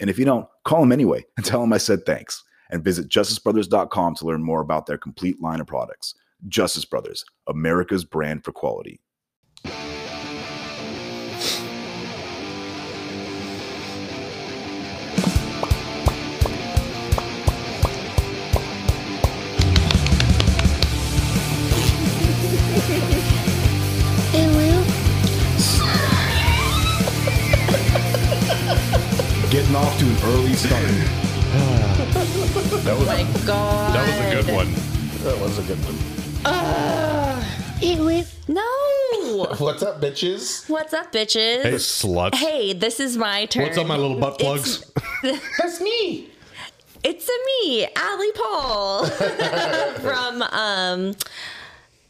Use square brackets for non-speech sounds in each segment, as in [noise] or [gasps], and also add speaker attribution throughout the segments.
Speaker 1: And if you don't, call them anyway and tell them I said thanks. And visit justicebrothers.com to learn more about their complete line of products. Justice Brothers, America's brand for quality.
Speaker 2: It will.
Speaker 3: Getting off to an early start.
Speaker 4: That was,
Speaker 5: My God.
Speaker 4: that was a good one.
Speaker 3: [laughs] that was a good one.
Speaker 2: It will.
Speaker 5: No.
Speaker 3: What's up, bitches?
Speaker 5: What's up, bitches?
Speaker 4: Hey,
Speaker 5: Hey,
Speaker 4: slut.
Speaker 5: this is my turn.
Speaker 4: What's up, my little butt plugs?
Speaker 5: [laughs]
Speaker 3: That's me.
Speaker 5: It's a me, Allie Paul, [laughs] from um,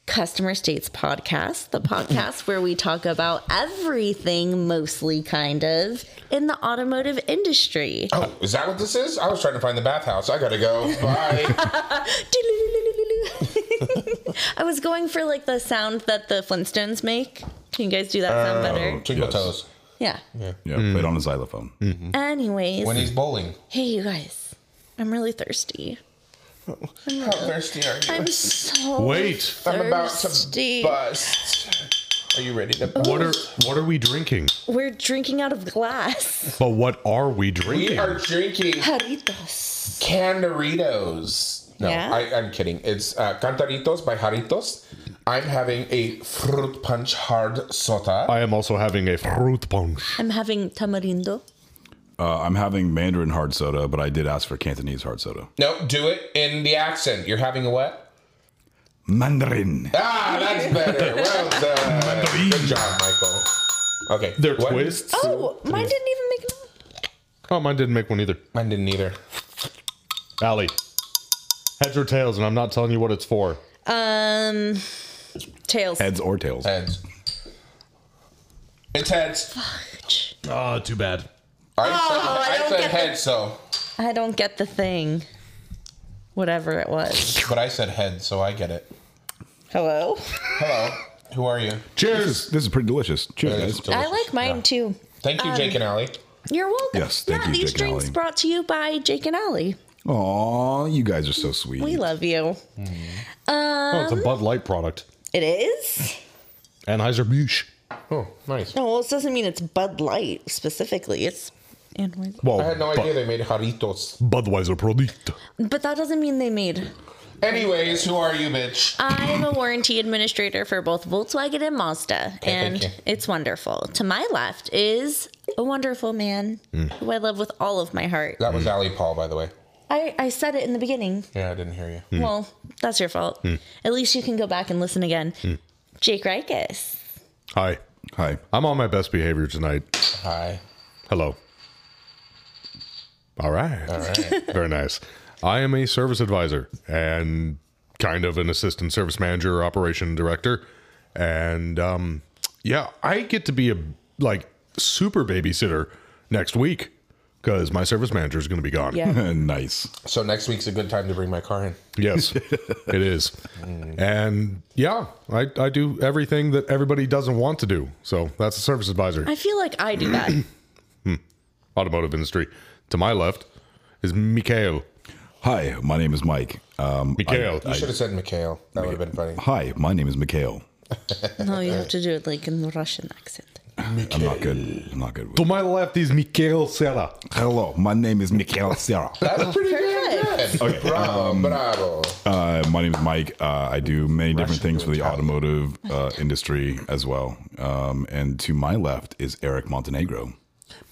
Speaker 5: Customer States Podcast, the podcast where we talk about everything, mostly kind of, in the automotive industry.
Speaker 3: Oh, is that what this is? I was trying to find the bathhouse. I gotta [laughs] go. Bye.
Speaker 5: I was going for like the sound that the Flintstones make. Can you guys do that sound better?
Speaker 3: Twinkle
Speaker 1: Yes.
Speaker 3: toes.
Speaker 5: Yeah.
Speaker 1: Yeah,
Speaker 5: Hmm.
Speaker 1: played on a xylophone.
Speaker 5: Anyways,
Speaker 3: When he's bowling.
Speaker 5: hey, you guys, I'm really thirsty.
Speaker 3: How thirsty are you?
Speaker 5: I'm so
Speaker 4: Wait,
Speaker 3: I'm about
Speaker 5: thirsty.
Speaker 3: to bust. Are you ready to bust?
Speaker 4: what are what are we drinking?
Speaker 5: We're drinking out of glass.
Speaker 4: But what are we drinking?
Speaker 3: we are drinking
Speaker 5: Caritas.
Speaker 3: Candoritos. No,
Speaker 5: Yeah?
Speaker 3: I, I'm kidding. It's uh, Cantaritos by Jaritos. I'm having a fruit punch hard sota.
Speaker 4: I am also having a fruit punch.
Speaker 5: I'm having tamarindo.
Speaker 1: Uh, I'm having Mandarin hard soda, but I did ask for Cantonese hard soda.
Speaker 3: No, do it in the accent. You're having a what?
Speaker 1: Mandarin.
Speaker 3: Ah, that's better. [laughs] Well done. Good job, Michael. Okay.
Speaker 4: They're
Speaker 3: what?
Speaker 4: twists.
Speaker 5: Oh, mine didn't even make it.
Speaker 4: Oh, mine didn't make one either.
Speaker 3: Mine didn't either.
Speaker 4: Allie, heads or tails, and I'm not telling you what it's for.
Speaker 5: Um, tails.
Speaker 1: Heads or tails.
Speaker 3: Heads. It's heads.
Speaker 4: Ah, too bad.
Speaker 3: I said, I
Speaker 5: Oh, don't
Speaker 3: said
Speaker 5: get the-
Speaker 3: heads, so.
Speaker 5: I don't get the thing. Whatever it was.
Speaker 3: But I said heads, so I get it.
Speaker 5: Hello.
Speaker 3: Hello. Who are you?
Speaker 4: Cheers.
Speaker 1: This is pretty delicious. Cheers,
Speaker 3: It's
Speaker 1: guys.
Speaker 3: delicious.
Speaker 5: I like mine too.
Speaker 3: Thank
Speaker 5: Um,
Speaker 3: you, Jake and Allie.
Speaker 5: You're welcome.
Speaker 1: Yes, thank
Speaker 5: yeah,
Speaker 1: you,
Speaker 5: these
Speaker 1: Jake and
Speaker 5: drinks
Speaker 1: Ally.
Speaker 5: brought to you by Jake and Allie.
Speaker 1: Aw, you guys are so sweet.
Speaker 5: We love you.
Speaker 4: Oh, it's a Bud Light product.
Speaker 5: It is.
Speaker 4: Anheuser-Busch.
Speaker 3: Oh, nice.
Speaker 5: No, well, it doesn't mean it's Bud Light specifically. It's and
Speaker 4: Well,
Speaker 3: I had no
Speaker 4: Bu-
Speaker 3: idea they made Jaritos.
Speaker 4: Budweiser product.
Speaker 5: but that doesn't mean they made
Speaker 3: Anyways, who are you, bitch?
Speaker 5: I'm a warranty administrator for both Volkswagen and Mazda,
Speaker 3: thank you.
Speaker 5: and it's wonderful. To my left is a wonderful man
Speaker 1: Hmm.
Speaker 5: who I love with all of my heart.
Speaker 3: That was Allie Paul, by the way.
Speaker 5: I, I said it in the beginning.
Speaker 3: Yeah, I didn't hear
Speaker 1: Hmm.
Speaker 3: you.
Speaker 5: Well, that's your fault. At least you can go back and listen again.
Speaker 1: Hmm.
Speaker 5: Jake Rikus.
Speaker 4: Hi,
Speaker 1: Hi.
Speaker 4: I'm on my best behavior tonight.
Speaker 3: Hi.
Speaker 4: Hello. All right.
Speaker 3: All right.
Speaker 4: Very nice. I am a service advisor and kind of an assistant service manager, operation director. And um, yeah, I get to be a like super babysitter next week because my service manager is going to be gone.
Speaker 5: Yeah.
Speaker 3: [laughs]
Speaker 1: nice.
Speaker 3: so next week's a good time to bring my car in.
Speaker 4: Yes, it is. And yeah, I, I do everything that everybody doesn't want to do. So that's a service advisor.
Speaker 5: I feel like I do that.
Speaker 4: automotive industry. To my left is Mikhail.
Speaker 1: Hi, my name is Mike. Um,
Speaker 4: Mikhail.
Speaker 3: You should have said Mikhail. That would have been funny.
Speaker 1: hi, my name is Mikhail.
Speaker 5: No, you have to do it like in the Russian accent.
Speaker 1: I'm not good. I'm not good.
Speaker 4: to
Speaker 1: With
Speaker 4: my left is Mikhail Serra.
Speaker 1: Hello, my name is Mikhail Serra.
Speaker 3: That's pretty damn good. [laughs] bravo, bravo.
Speaker 1: Uh, my name is Mike. Uh, I do many different things for the automotive uh, industry as well. Um, and to my left is Eric Montenegro.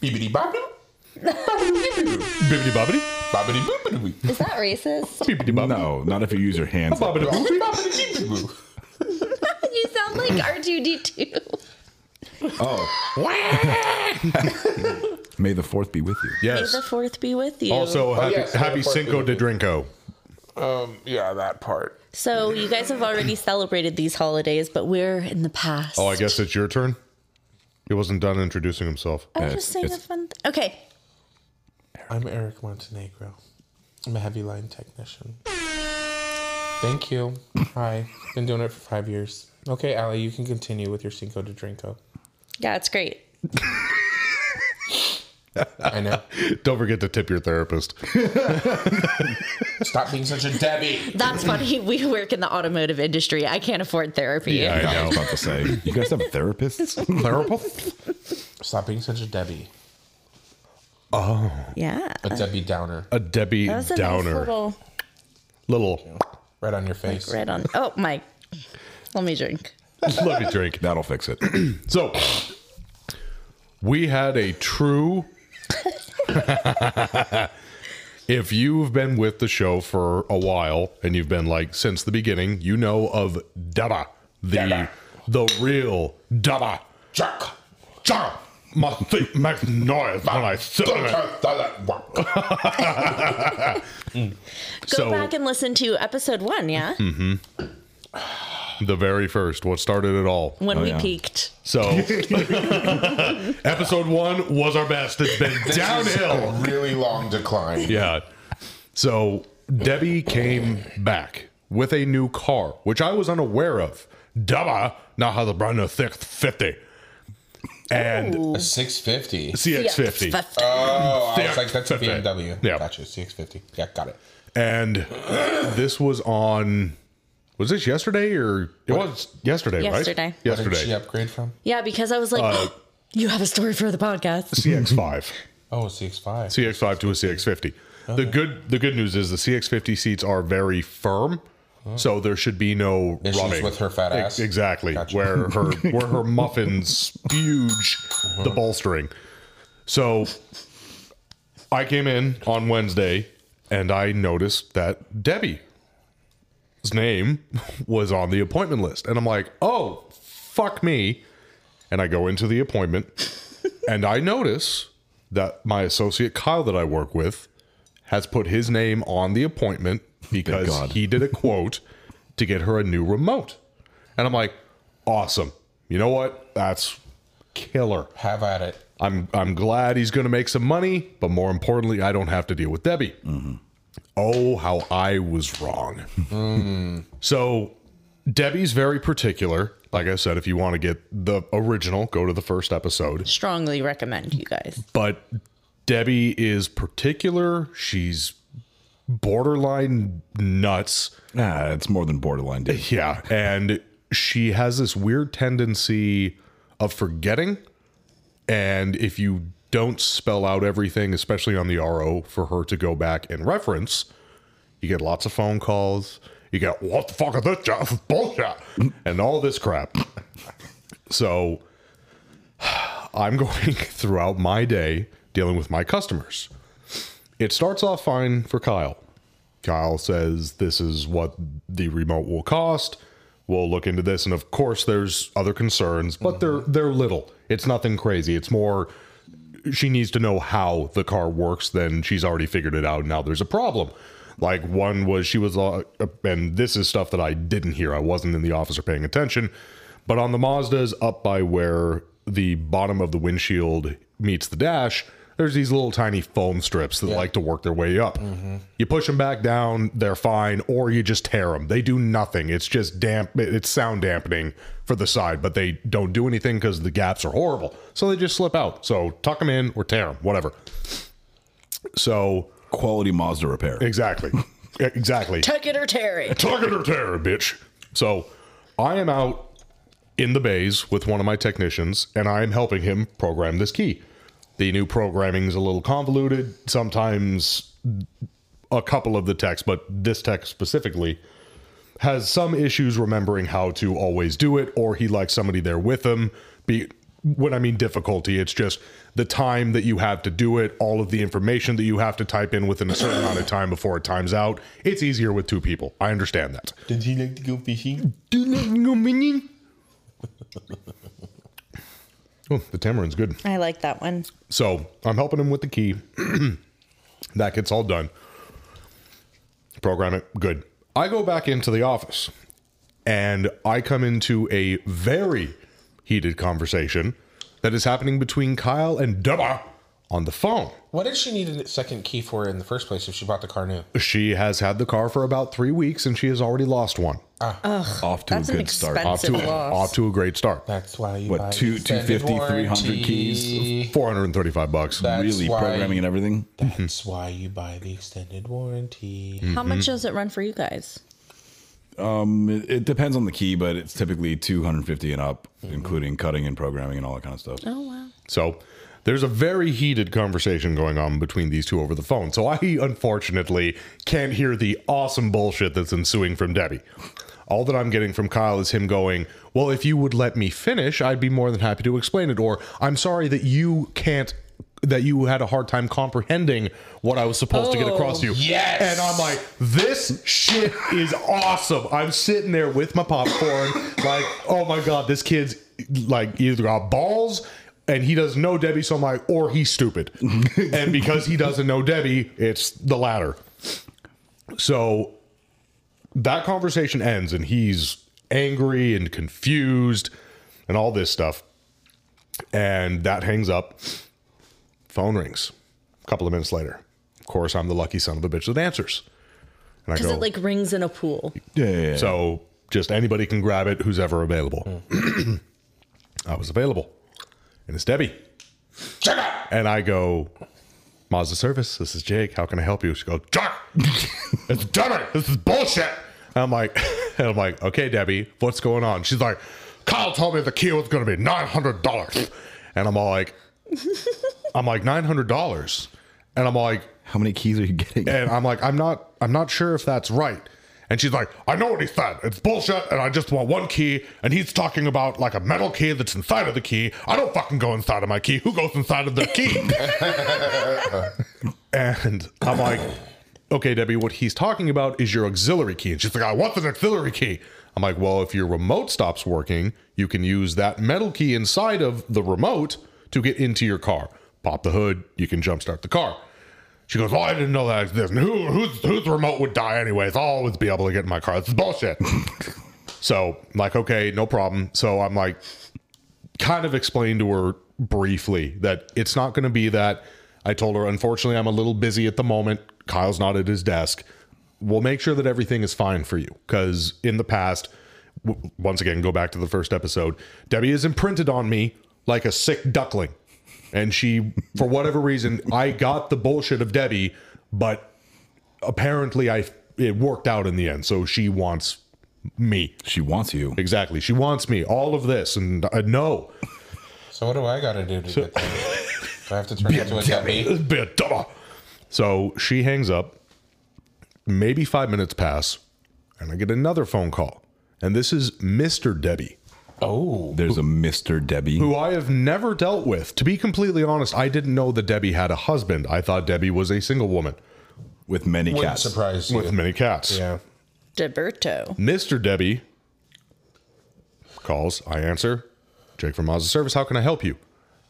Speaker 3: Bibbidi bobbidi.
Speaker 4: Bibbidi bobbidi.
Speaker 3: Bobbidi boobidi boo.
Speaker 5: Is that racist?
Speaker 4: Bibbidi bobbidi.
Speaker 1: No, not if you use your hands.
Speaker 4: Bobbidi bobbidi.
Speaker 3: Bobbidi bobbidi bibbidi boo.
Speaker 5: [laughs] you sound like R2D2.
Speaker 1: May the fourth be with you.
Speaker 5: May the
Speaker 4: Yes.
Speaker 5: fourth be with you.
Speaker 4: Also, happy,
Speaker 3: yes,
Speaker 4: happy
Speaker 3: of course.
Speaker 4: Cinco de Drinko.
Speaker 3: [laughs] Um, yeah, that part.
Speaker 5: so you guys have already celebrated these holidays, but we're in the past.
Speaker 4: Oh, I guess it's your turn. He wasn't done introducing himself.
Speaker 5: I was
Speaker 1: Yeah,
Speaker 5: just
Speaker 1: it's-
Speaker 5: saying a
Speaker 1: it's-
Speaker 5: fun. Th- okay,
Speaker 3: I'm Eric Montenegro. I'm a heavy line technician. Thank you. Hi. Been doing it for five years. Okay, Allie, you can continue with your Cinco de Drinko.
Speaker 5: yeah, it's great.
Speaker 3: I know.
Speaker 4: Don't forget to tip your therapist.
Speaker 3: [laughs] Stop being such a Debbie.
Speaker 5: That's funny. [laughs] We work in the automotive industry. I can't afford therapy.
Speaker 4: Yeah,
Speaker 1: I
Speaker 4: I
Speaker 1: was
Speaker 4: know.
Speaker 1: about to say, you guys have therapists?
Speaker 4: Therapist?
Speaker 3: Stop being such a Debbie.
Speaker 5: Yeah.
Speaker 3: A Debbie Downer.
Speaker 4: A Debbie
Speaker 5: That was a nice
Speaker 4: Downer. little.
Speaker 5: little
Speaker 3: Right on your face.
Speaker 5: red on. Oh, my. Let me drink.
Speaker 4: Let me
Speaker 1: [laughs]
Speaker 4: drink.
Speaker 1: That'll fix it.
Speaker 4: [clears throat] So we had a true. [laughs] if you've been with the show for a while and you've been like since the beginning, you know of Dada, the
Speaker 3: Dada.
Speaker 4: the real Dada.
Speaker 3: Jack.
Speaker 4: Dada, my feet make noise when I sit on
Speaker 3: Don't
Speaker 4: it.
Speaker 3: try that work.
Speaker 5: Go
Speaker 4: So-
Speaker 5: back and listen to episode one, yeah?
Speaker 4: The very first, what started it all.
Speaker 5: When
Speaker 1: Oh,
Speaker 5: we
Speaker 1: yeah.
Speaker 5: peaked.
Speaker 4: So, [laughs] episode one was our best. It's been downhill.
Speaker 3: A really long decline.
Speaker 4: Yeah. So Debbie came back with a new car, which I was unaware of. Dubba now has a brand new thick 50 and
Speaker 3: A 650.
Speaker 4: CX50.
Speaker 5: Yeah.
Speaker 3: Oh, I was like, that's a
Speaker 4: 50.
Speaker 3: BMW.
Speaker 4: Yeah.
Speaker 3: Gotcha. 650. Yeah, got it.
Speaker 4: And this was on, was this yesterday or it was
Speaker 5: Yesterday.
Speaker 4: yesterday, right?
Speaker 3: What did she
Speaker 4: Yesterday.
Speaker 3: upgrade from?
Speaker 5: Yeah, because I was like,
Speaker 4: Uh,
Speaker 5: [gasps] you have a story for the podcast.
Speaker 4: CX5.
Speaker 3: Oh, a 6.5.
Speaker 4: CX5 to a CX50. The good the good news is the CX50 seats are very firm, so there should be no
Speaker 3: Oh. Issues
Speaker 4: rubbing
Speaker 3: with her fat
Speaker 4: E-
Speaker 3: ass?
Speaker 4: Exactly
Speaker 3: Gotcha.
Speaker 4: where her where her muffins huge the bolstering. So I came in on Wednesday and I noticed that Debbie's name [laughs] was on the appointment list, and I'm like, oh fuck me, and I go into the appointment and I notice that my associate Kyle that I work with has put his name on the appointment because
Speaker 1: God.
Speaker 4: he did a quote to get her a new remote. And I'm like, awesome. You know what? That's killer.
Speaker 3: Have at it.
Speaker 4: I'm I'm glad he's going to make some money, but more importantly, I don't have to deal with Debbie. Oh, how I was wrong. [laughs] So Debbie's very particular. Like I said, if you want to get the original, go to the first episode.
Speaker 5: Strongly recommend you guys.
Speaker 4: But Debbie is particular. She's borderline nuts.
Speaker 1: Nah, it's more than borderline, dude.
Speaker 4: Yeah. And she has this weird tendency of forgetting. And if you don't spell out everything, especially on the RO, for her to go back and reference, you get lots of phone calls. You get, what the fuck is this? This is Bullshit. And all this crap. So I'm going [laughs] throughout my day dealing with my customers. It starts off fine for Kyle. Kyle says, This is what the remote will cost. We'll look into this. And of course, there's other concerns, but they're they're little. It's nothing crazy. It's more she needs to know how the car works than she's already figured it out. Now there's a problem. Like one was she was, uh, and this is stuff that I didn't hear. I wasn't in the office or paying attention. But on the Mazdas up by where the bottom of the windshield meets the dash, There's these little tiny foam strips that like to work their way up. You push them back down, they're fine, or you just tear them. They do nothing. It's just damp. It's sound dampening for the side, but they don't do anything because the gaps are horrible. So they just slip out. So tuck them in or tear them, whatever. So
Speaker 1: Quality Mazda repair.
Speaker 4: exactly, [laughs] exactly.
Speaker 5: Tuck it or Terry.
Speaker 4: Target or terror, bitch. So I am out in the bays with one of my technicians, and I am helping him program this key. The new programming is a little convoluted. Sometimes a couple of the techs, but this tech specifically, has some issues remembering how to always do it, or he likes somebody there with him. Be when I mean difficulty, it's just the time that you have to do it, all of the information that you have to type in within a certain amount of time before it times out. It's easier with two people. I understand that.
Speaker 3: Did he like to go fishing?
Speaker 4: [laughs] Oh, the tamarind's good.
Speaker 5: I like that one.
Speaker 4: So I'm helping him with the key. [clears throat] that gets all done. Program it. Good. I go back into the office and I come into a very heated conversation that is happening between Kyle and Deba on the phone.
Speaker 3: What did she need a second key for in the first place if she bought the car new?
Speaker 4: She has had the car for about three weeks and she has already lost one.
Speaker 1: Off to a
Speaker 5: That's an
Speaker 1: good start.
Speaker 5: expensive
Speaker 4: Off to, off
Speaker 5: loss.
Speaker 4: to a great start.
Speaker 3: That's why you
Speaker 1: What,
Speaker 3: buy
Speaker 1: two-
Speaker 3: extended
Speaker 1: 250, 300 keys?
Speaker 3: warranty.
Speaker 4: 435 bucks.
Speaker 3: That's
Speaker 1: really
Speaker 3: why-
Speaker 1: programming and everything.
Speaker 3: That's why you buy the extended warranty.
Speaker 5: How
Speaker 4: Mm.
Speaker 5: much does it run for you guys?
Speaker 1: It, it depends on the key, but it's typically 250 and up, including cutting and programming and all that kind of stuff.
Speaker 5: Oh wow.
Speaker 4: So there's a very heated conversation going on between these two over the phone. So I unfortunately can't hear the awesome bullshit that's ensuing from Debbie. All that I'm getting from Kyle is him going, Well, if you would let me finish, I'd be more than happy to explain it. Or, I'm sorry that you can't, that you had a hard time comprehending what I was supposed to get across to you.
Speaker 3: Yes!
Speaker 4: And I'm like, This shit is awesome. I'm sitting there with my popcorn, like, Oh my God, this kid's like either got balls and he doesn't know Debbie, so I'm like, or he's stupid. and because he doesn't know Debbie, it's the latter. So that conversation ends, and he's angry and confused and all this stuff. And that hangs up. Phone rings a couple of minutes later. Of course, I'm the lucky son of a bitch that answers. And I
Speaker 5: Because
Speaker 4: go,
Speaker 5: it like rings in a pool.
Speaker 1: Yeah, yeah, yeah.
Speaker 4: so just anybody can grab it who's ever available. [clears throat] I was available. And it's Debbie. And I go, Mazda service, this is Jake. How can I help you? She goes, Jack, [laughs] it's Debbie. This is bullshit. And I'm like, [laughs] and I'm like, okay, Debbie, what's going on? She's like, Kyle told me the key was going to be $900. And I'm all like, [laughs] I'm like, $900. And I'm like,
Speaker 1: How many keys are you getting?
Speaker 4: and I'm like, I'm not, I'm not sure if that's right. And she's like, I know what he said. It's bullshit, and I just want one key. And he's talking about like a metal key that's inside of the key. I don't fucking go inside of my key. Who goes inside of their key? and I'm like, okay, Debbie, what he's talking about is your auxiliary key. And she's like, I want an auxiliary key. I'm like, well, if your remote stops working, you can use that metal key inside of the remote to get into your car. Pop the hood, you can jumpstart the car. She goes, "Well, I didn't know that existed. Who, who's, whose remote would die anyways? I'll always be able to get in my car. This is bullshit." [laughs] so, I'm like, okay, no problem. So I'm like, kind of explained to her briefly that it's not going to be that. I told her, unfortunately, I'm a little busy at the moment. Kyle's not at his desk. We'll make sure that everything is fine for you because in the past, w- once again, go back to the first episode. Debbie is imprinted on me like a sick duckling and she for whatever reason i got the bullshit of debbie but apparently i it worked out in the end so she wants me
Speaker 1: She wants you.
Speaker 4: exactly she wants me all of this and uh, no
Speaker 3: So what do I gotta do to get that? [laughs] Do I have to turn into a dummy?
Speaker 4: Be a dumber. so she hangs up maybe five minutes pass and i get another phone call and this is mr debbie
Speaker 3: Oh.
Speaker 1: There's a Mr. Debbie.
Speaker 4: who I have never dealt with. To be completely honest, I didn't know that Debbie had a husband. I thought Debbie was a single woman
Speaker 1: with many
Speaker 3: Wouldn't
Speaker 1: cats.
Speaker 3: surprise
Speaker 4: with
Speaker 3: you.
Speaker 4: many cats.
Speaker 3: Yeah.
Speaker 5: Deberto.
Speaker 4: Mr. Debbie calls. I answer. Jake from Mazda Service, how can I help you?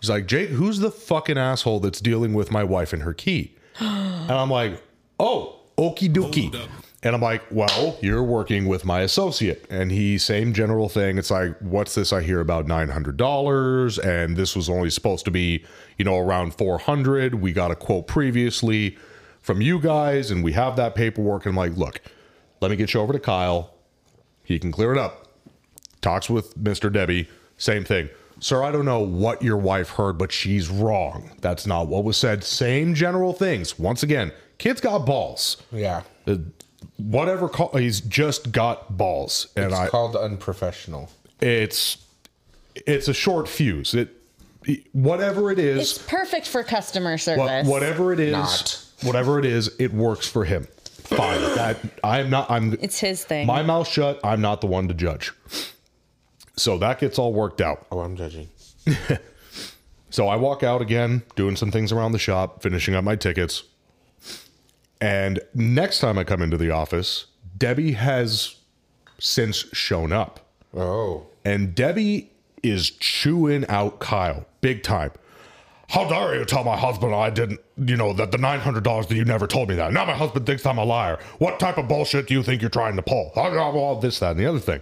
Speaker 4: He's like, Jake, who's the fucking asshole that's dealing with my wife and her key? and I'm like, oh, okie dokie. And I'm like, well, you're working with my associate. And he, same general thing. It's like, what's this I hear about $900? And this was only supposed to be, you know, around 400. We got a quote previously from you guys and we have that paperwork. And I'm like, look, let me get you over to Kyle. He can clear it up. Talks with Mr. Debbie. Same thing. Sir, I don't know what your wife heard, but she's wrong. That's not what was said. Same general things. Once again, kid's got balls
Speaker 3: Yeah.
Speaker 4: uh, whatever call he's just got balls and
Speaker 3: It's
Speaker 4: i
Speaker 3: called unprofessional.
Speaker 4: it's it's a short fuse it whatever it
Speaker 5: It's
Speaker 4: is
Speaker 5: perfect for customer
Speaker 4: wha-
Speaker 5: service.
Speaker 4: whatever it is
Speaker 3: Not.
Speaker 4: whatever it is it works for him fine that i'm not i'm
Speaker 5: It's his thing.
Speaker 4: my mouth shut i'm not the one to judge so that gets all worked out
Speaker 3: Oh, I'm judging.
Speaker 4: So I walk out again, doing some things around the shop, finishing up my tickets. And next time I come into the office, Debbie has since shown up.
Speaker 3: Oh.
Speaker 4: And Debbie is chewing out Kyle big time. How dare you tell my husband I didn't, you know, that the $900 that you never told me that. Now my husband thinks I'm a liar. What type of bullshit do you think you're trying to pull? All this, that, and the other thing.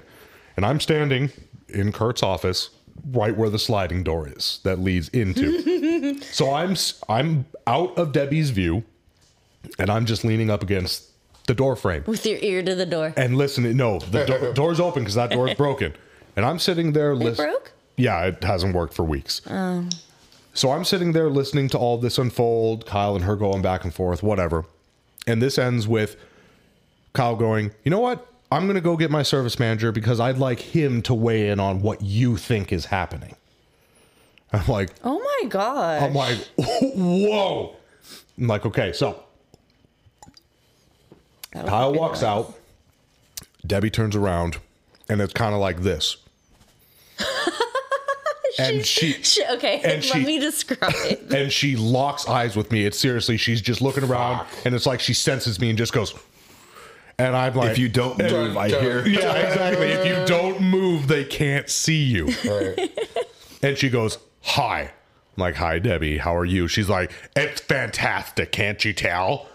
Speaker 4: And I'm standing in Kurt's office right where the sliding door is that leads into. so I'm s- I'm out of Debbie's view and I'm just leaning up against the door frame
Speaker 5: with your ear to the door.
Speaker 4: and listen, no, the do- door's open because that door's broken. And I'm sitting there
Speaker 5: It
Speaker 4: listening.
Speaker 5: broke? Oh.
Speaker 4: Yeah, it hasn't worked for weeks. So I'm sitting there listening to all this unfold, Kyle and her going back and forth, whatever. And this ends with Kyle going, you know what? I'm going to go get my service manager because I'd like him to weigh in on what you think is happening. I'm like,
Speaker 5: Oh my god.
Speaker 4: I'm like, [laughs] whoa. I'm like, okay, so Kyle walks out. Debbie turns around, and it's kind of like this. and she
Speaker 5: She- [laughs] okay, let
Speaker 4: and she-
Speaker 5: me
Speaker 4: [laughs]
Speaker 5: describe.
Speaker 4: and she locks eyes with me. It's seriously, she's just looking around, and it's like she senses me and just goes. And I'm like,
Speaker 1: If you don't move, I
Speaker 3: dun.
Speaker 1: hear.
Speaker 4: [laughs] yeah, exactly. If you don't move, they can't see you. And she goes, Hi. I'm like, Hi, Debbie. How are you? She's like, It's fantastic. Can't you tell?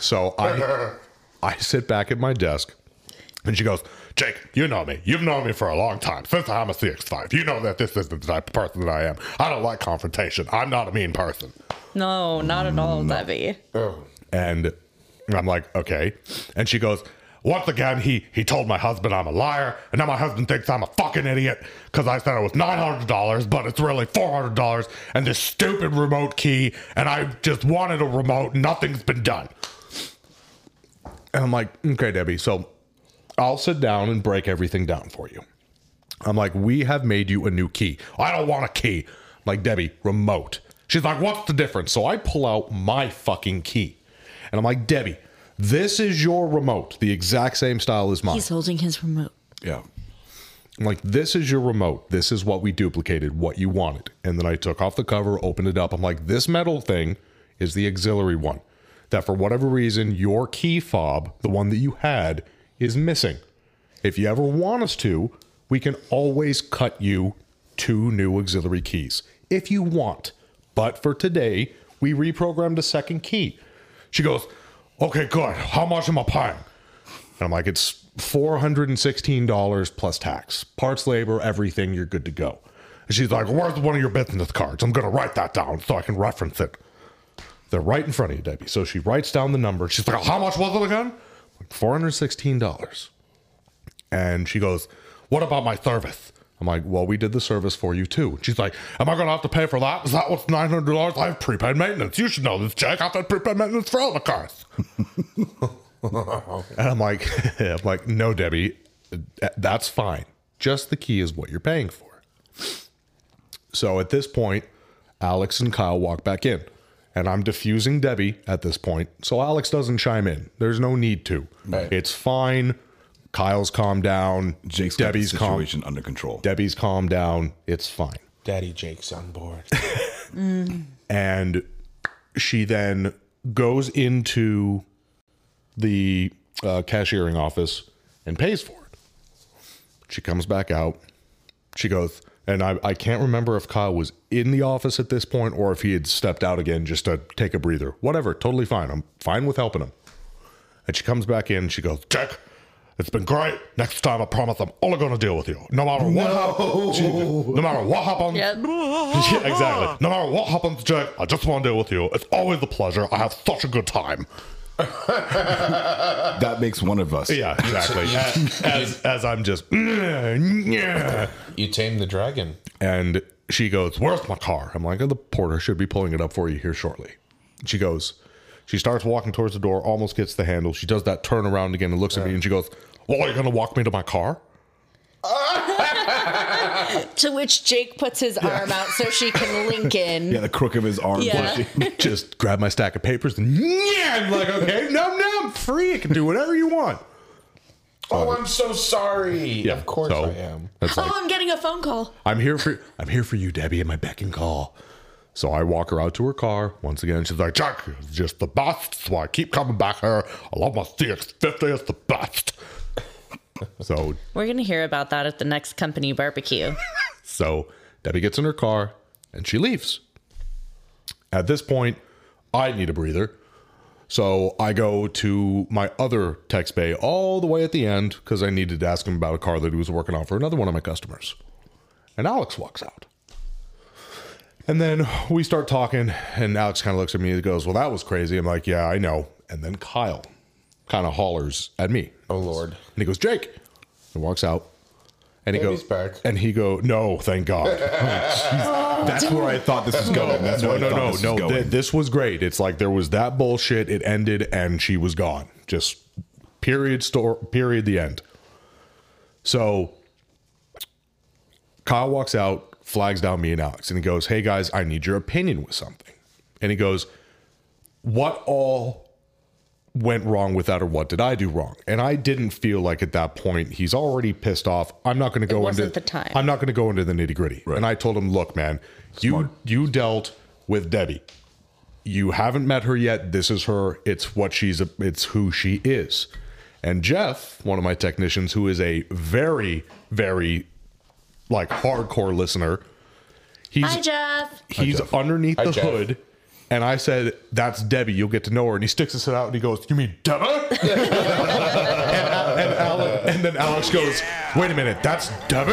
Speaker 4: so I, I sit back at my desk and she goes, Jake, you know me. You've known me for a long time, since I'm a CX5. You know that this isn't the type of person that I am. I don't like confrontation. I'm not a mean person.
Speaker 5: no, not at all, Debbie.
Speaker 3: Oh.
Speaker 4: And I'm like, okay. And she goes, once again, he he told my husband I'm a liar, and now my husband thinks I'm a fucking idiot because I said it was nine hundred dollars, but it's really four hundred dollars, and this stupid remote key, and I just wanted a remote, nothing's been done. And I'm like, okay, Debbie, so I'll sit down and break everything down for you. I'm like, we have made you a new key. I don't want a key. I'm like, Debbie, remote. She's like, what's the difference? So I pull out my fucking key. And I'm like, Debbie, this is your remote, the exact same style as mine.
Speaker 5: He's holding his remote.
Speaker 4: Yeah. I'm like, this is your remote. This is what we duplicated, what you wanted. And then I took off the cover, opened it up. I'm like, this metal thing is the auxiliary one. That for whatever reason, your key fob, the one that you had, is missing. If you ever want us to, we can always cut you two new auxiliary keys if you want. But for today, we reprogrammed a second key. She goes, Okay, good. How much am I paying? And I'm like, it's $416 plus tax, parts, labor, everything. You're good to go. And she's like, where's one of your business cards? I'm going to write that down so I can reference it. They're right in front of you, Debbie. So she writes down the number. She's like, how much was it again? I'm like, $416. And she goes, what about my service? I'm like, well, we did the service for you too. She's like, am I going to have to pay for that? Is that what's $900? I have prepaid maintenance. You should know this, Jake. I've had prepaid maintenance for all the cars. And I'm like, [laughs] I'm like, no, Debbie, th- that's fine. Just the key is what you're paying for. So at this point, Alex and Kyle walk back in, and I'm diffusing Debbie at this point, so Alex doesn't chime in. There's no need to.
Speaker 3: Right.
Speaker 4: It's fine. Kyle's calmed down.
Speaker 1: Jake's got the
Speaker 4: Debbie's calm.
Speaker 1: situation under control.
Speaker 4: Debbie's calmed down. It's fine.
Speaker 3: Daddy Jake's on board.
Speaker 4: and she then goes into the uh, cashiering office and pays for it. She comes back out. She goes, and I, I can't remember if Kyle was in the office at this point or if he had stepped out again just to take a breather. Whatever, totally fine. I'm fine with helping him. And she comes back in. She goes, Jack, it's been great. Next time, I promise I'm only going to deal with you. No matter what happens. No matter what happens.
Speaker 5: Yep.
Speaker 4: [laughs] yeah, exactly. No matter what happens, Jack, I just want to deal with you. It's always a pleasure. I have such a good time.
Speaker 1: That makes one of us.
Speaker 4: [laughs] Yeah, exactly. as, as, as I'm just, yeah.
Speaker 3: You tame the dragon.
Speaker 4: And she goes, Where's my car? I'm like, oh, The porter should be pulling it up for you here shortly. She goes, She starts walking towards the door, almost gets the handle. She does that turn around again and looks at me and she goes, Well, are you going to walk me to my car? [laughs]
Speaker 5: To which Jake puts his arm out so she can link
Speaker 4: [laughs]
Speaker 5: in.
Speaker 1: Yeah, the crook of his arm.
Speaker 5: Yeah.
Speaker 4: just grab my stack of papers and yeah, I'm like, Okay, no, no, I'm free. I can do whatever you want.
Speaker 3: Oh, I'm so sorry.
Speaker 4: Yeah,
Speaker 3: of course
Speaker 4: so
Speaker 3: I am.
Speaker 4: That's like,
Speaker 5: oh, I'm getting a phone call.
Speaker 4: I'm here for I'm here for you, Debbie, and my beck and call. So I walk her out to her car. Once again, she's like, Jack, it's just the best. So I keep coming back here. I love my CX50. It's the best. so
Speaker 5: We're going to hear about that at the next company barbecue.
Speaker 4: so Debbie gets in her car and she leaves. At this point, I need a breather. So I go to my other text bay all the way at the end because I needed to ask him about a car that he was working on for another one of my customers. And Alex walks out. And then we start talking, and Alex kind of looks at me and goes, Well, that was crazy. I'm like, Yeah, I know. And then Kyle kind of hollers at me.
Speaker 3: Oh Lord.
Speaker 4: And he goes, Jake, and walks out. And he
Speaker 3: Baby's
Speaker 4: goes
Speaker 3: back.
Speaker 4: And he go, no, thank [laughs] God.
Speaker 1: That's where I thought this was going. That's
Speaker 4: no,
Speaker 1: where
Speaker 4: no,
Speaker 1: I thought
Speaker 4: no,
Speaker 1: this
Speaker 4: no.
Speaker 1: was
Speaker 4: Th-
Speaker 1: going.
Speaker 4: this was great. It's like there was that bullshit. It ended, and she was gone. Just period. Store. Period. The end. So Kyle walks out, flags down me and Alex, and he goes, "Hey guys, I need your opinion with something." And he goes, "What all went wrong with that, or what did I do wrong?" And I didn't feel like at that point he's already pissed off. I'm not going to go
Speaker 5: wasn't
Speaker 4: into
Speaker 5: the time.
Speaker 4: I'm not going to go into the nitty gritty. And I told him, "Look, man, you you dealt with Debbie. You haven't met her yet. This is her. It's what she's. It's who she is." And Jeff, one of my technicians, who is a very, very like hardcore listener. He's
Speaker 5: Hi, Jeff.
Speaker 4: he's underneath the
Speaker 3: Jeff.
Speaker 4: hood, and I said, "That's Debbie. You'll get to know her." And he sticks his head out and he goes, "You mean Debbie?" and, [laughs] and, Ale- and then Alex goes, "Wait a minute, that's Debbie."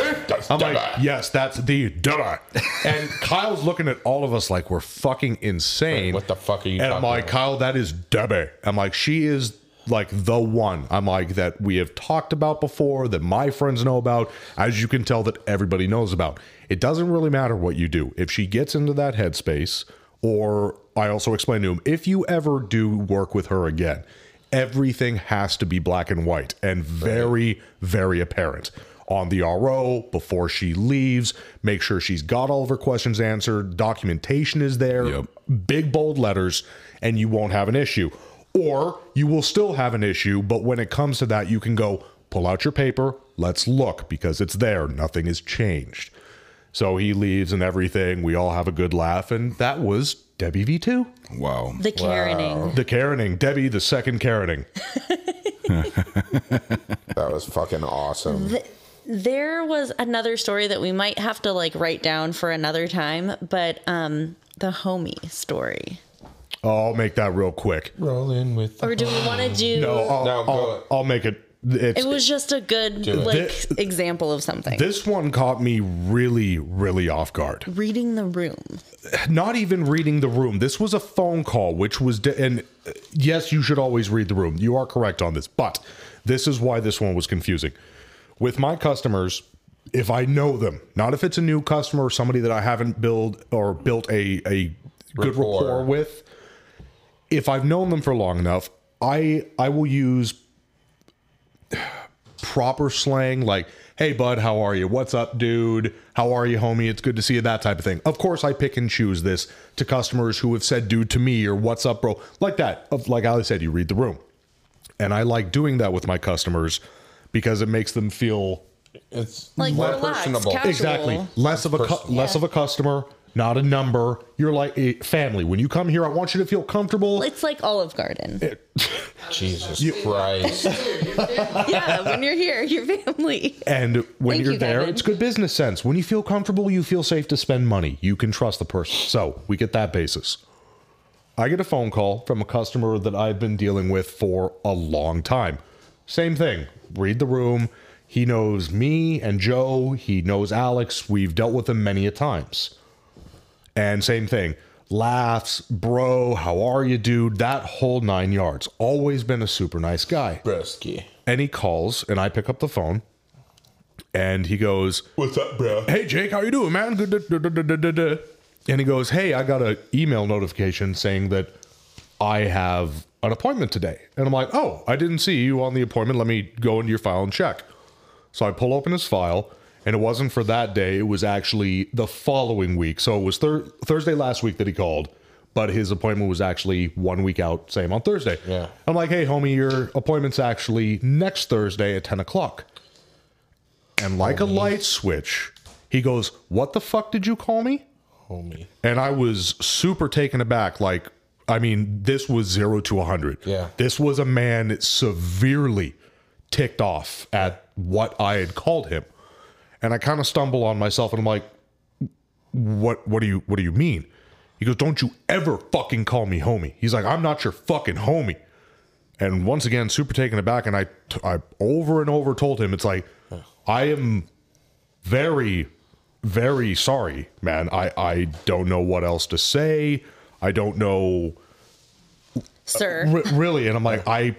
Speaker 4: I'm like,
Speaker 3: Debbie.
Speaker 4: "Yes, that's the Debbie." and Kyle's looking at all of us like we're fucking insane.
Speaker 3: What the fuck are you
Speaker 4: And I'm
Speaker 3: talking
Speaker 4: like, Kyle, that is Debbie. I'm like, she is like the one. I'm like that we have talked about before, that my friends know about, as you can tell that everybody knows about. It doesn't really matter what you do. If she gets into that headspace, or I also explained to him, if you ever do work with her again, everything has to be black and white and very, very apparent. On the RO before she leaves, make sure she's got all of her questions answered. Documentation is there
Speaker 1: Yep.
Speaker 4: big bold letters and you won't have an issue. Or you will still have an issue, but when it comes to that, you can go pull out your paper, let's look because it's there, nothing has changed. So he leaves and everything. We all have a good laugh, and that was Debbie V2.
Speaker 1: Wow.
Speaker 5: The Karening.
Speaker 4: The Karening, Debbie the second Karening.
Speaker 3: That was fucking awesome.
Speaker 5: There was another story that we might have to like write down for another time, but um the homie story.
Speaker 4: Oh, I'll make that real quick.
Speaker 3: Roll in with the
Speaker 5: Or do we want to do
Speaker 4: No, I'll,
Speaker 3: No, go
Speaker 4: I'll,
Speaker 3: ahead.
Speaker 4: I'll make it. It's,
Speaker 5: It was just a good
Speaker 3: it.
Speaker 5: like
Speaker 4: Thi-
Speaker 5: example of something.
Speaker 4: this one caught me really, really off guard.
Speaker 5: Reading the room.
Speaker 4: not even reading the room. This was a phone call, which was, de- and uh, yes, you should always read the room. You are correct on this, but this is why this one was confusing. With my customers, if I know them, not if it's a new customer or somebody that I haven't built or built a, a good
Speaker 3: Rapport.
Speaker 4: rapport with, if I've known them for long enough, I I will use proper slang like hey bud how are you what's up dude how are you homie it's good to see you that type of thing of course i pick and choose this to customers who have said dude to me or what's up bro like that of like ali said you read the room and i like doing that with my customers because it makes them feel
Speaker 3: It's
Speaker 5: Like
Speaker 3: more
Speaker 5: relaxed,
Speaker 3: personable.
Speaker 5: casual.
Speaker 4: exactly less of a cu-
Speaker 3: Personal.
Speaker 4: less of a customer not a number you're like a family when you come here i want you to feel comfortable
Speaker 5: It's like Olive Garden.
Speaker 3: Jesus Christ. [laughs]
Speaker 5: yeah, when you're here, your family.
Speaker 4: And when
Speaker 5: Thank
Speaker 4: you're
Speaker 5: you,
Speaker 4: there,
Speaker 5: Gavin.
Speaker 4: it's good business sense. When you feel comfortable, you feel safe to spend money. You can trust the person. So we get that basis. I get a phone call from a customer that I've been dealing with for a long time. Same thing. Read the room. He knows me and Joe. He knows Alex. We've dealt with him many a times. And same thing. Laughs, bro, how are you, dude? That whole nine yards. Always been a super nice guy.
Speaker 3: Broski.
Speaker 4: And he calls, and I pick up the phone, and he goes,
Speaker 3: What's up, bro?
Speaker 4: hey Jake, how you doing, man? Good, duh, duh, duh, duh, duh, duh. And he goes, hey, I got an email notification saying that I have an appointment today. And I'm like, oh, I didn't see you on the appointment. Let me go into your file and check. So I pull open his file, and it wasn't for that day. It was actually the following week. So it was thir- Thursday last week that he called, but his appointment was actually one week out, same on Thursday.
Speaker 3: Yeah.
Speaker 4: I'm like, hey, homie, your appointment's actually next Thursday at 10 o'clock. And like a light switch, he goes, What the fuck did you call me?
Speaker 3: Homie.
Speaker 4: And I was super taken aback. Like, I mean, this was zero to a 100.
Speaker 3: Yeah.
Speaker 4: This was a man severely ticked off at what I had called him. And I kind of stumble on myself and I'm like, what what do you what do you mean? He goes, Don't you ever fucking call me homie. He's like, I'm not your fucking homie. And once again, super taken aback, and I I over and over told him, it's like, I am very, very sorry, man. I, I don't know what else to say. I don't know
Speaker 6: [laughs]
Speaker 5: sir.
Speaker 4: Re- really and i'm like i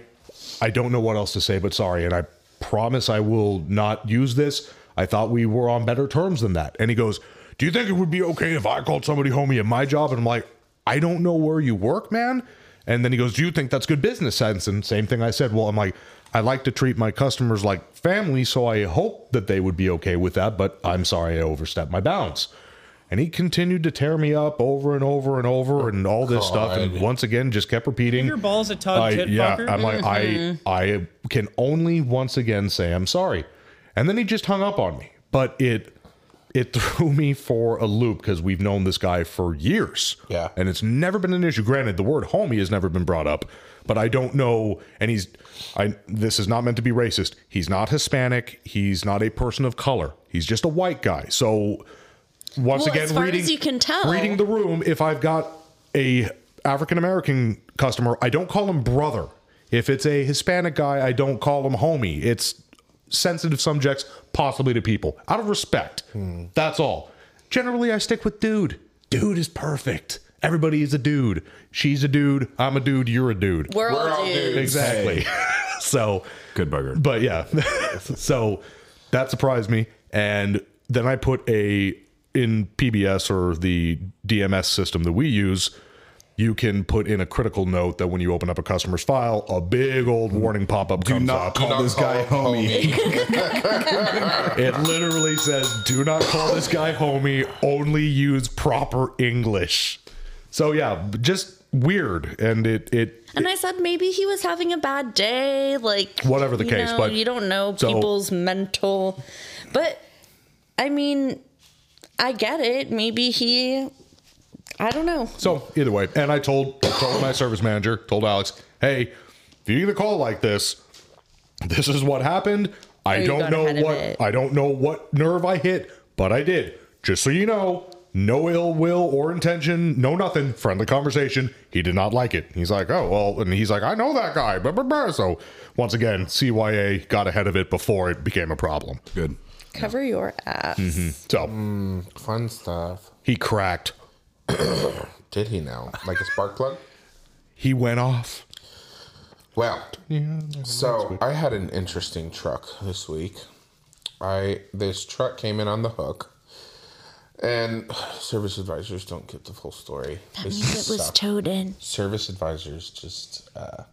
Speaker 4: i don't know what else to say but sorry and i promise i will not use this i thought we were on better terms than that and he goes do you think it would be okay if i called somebody homie at my job and i'm like i don't know where you work man and then he goes do you think that's good business sense and same thing i said well i'm like i like to treat my customers like family so i hope that they would be okay with that but i'm sorry i overstepped my bounds and he continued to tear me up over and over and over and all this stuff and once again just kept repeating
Speaker 6: Your balls a tug,
Speaker 4: I-
Speaker 6: tit
Speaker 4: yeah,
Speaker 6: fucker.
Speaker 4: I'm like, I,
Speaker 5: Mm-hmm.
Speaker 4: I can only once again say I'm sorry, and then he just hung up on me. But it, it [laughs] threw me for a loop because we've known this guy for years.
Speaker 3: Yeah.
Speaker 4: and it's never been an issue. Granted, the word homie has never been brought up, but I don't know. And he's, I this is not meant to be racist. He's not Hispanic. He's not a person of color. He's just a white guy. So once
Speaker 5: Well,
Speaker 4: again,
Speaker 5: as far
Speaker 4: reading
Speaker 5: as you can tell.
Speaker 4: reading the room. If I've got a African American customer, I don't call him brother. If it's a Hispanic guy, I don't call him homie. It's sensitive subjects, possibly to people, out of respect. That's all. Generally, I stick with dude. Dude is perfect. Everybody is a dude. She's a dude. I'm a dude. You're a dude.
Speaker 5: We're all dudes.
Speaker 4: Exactly. [laughs] so
Speaker 1: Good burger.
Speaker 4: but yeah, [laughs] so that surprised me, and then I put a in PBS or the DMS system that we use. You can put in a critical note that when you open up a customer's file, a big old warning pop up
Speaker 1: Do
Speaker 4: comes
Speaker 1: not
Speaker 4: up.
Speaker 1: call this guy homie.
Speaker 4: It literally says, "Do not call this guy homie. Only use proper English." So yeah, just weird, and it it
Speaker 5: And I said maybe he was having a bad day, like
Speaker 4: Whatever the
Speaker 5: you
Speaker 4: case,
Speaker 5: know,
Speaker 4: but-
Speaker 5: you don't know
Speaker 4: so-
Speaker 5: people's mental. But I mean, I get it. Maybe he, I don't know.
Speaker 4: So either way, and I told told my service manager, told Alex, hey, if you get a call like this, this is what happened. I
Speaker 5: you
Speaker 4: don't
Speaker 5: got
Speaker 4: know
Speaker 5: ahead of
Speaker 4: what
Speaker 5: it.
Speaker 4: I don't know what nerve I hit, but I did. Just so you know, no ill will or intention, no nothing. Friendly conversation. He did not like it. He's like, oh well, and he's like, I know that guy. Blah, blah, blah. So once again, CYA got ahead of it before it became a problem.
Speaker 1: [laughs] Good.
Speaker 5: Cover your ass.
Speaker 4: So
Speaker 3: Fun stuff.
Speaker 4: he cracked.
Speaker 3: Did he now? Like a spark plug?
Speaker 4: He went off.
Speaker 3: Well, so I had an interesting truck this week. I this truck came in on the hook, and [sighs] service advisors don't get the full story. They
Speaker 2: It was
Speaker 3: suck.
Speaker 2: towed in.
Speaker 3: service advisors just uh,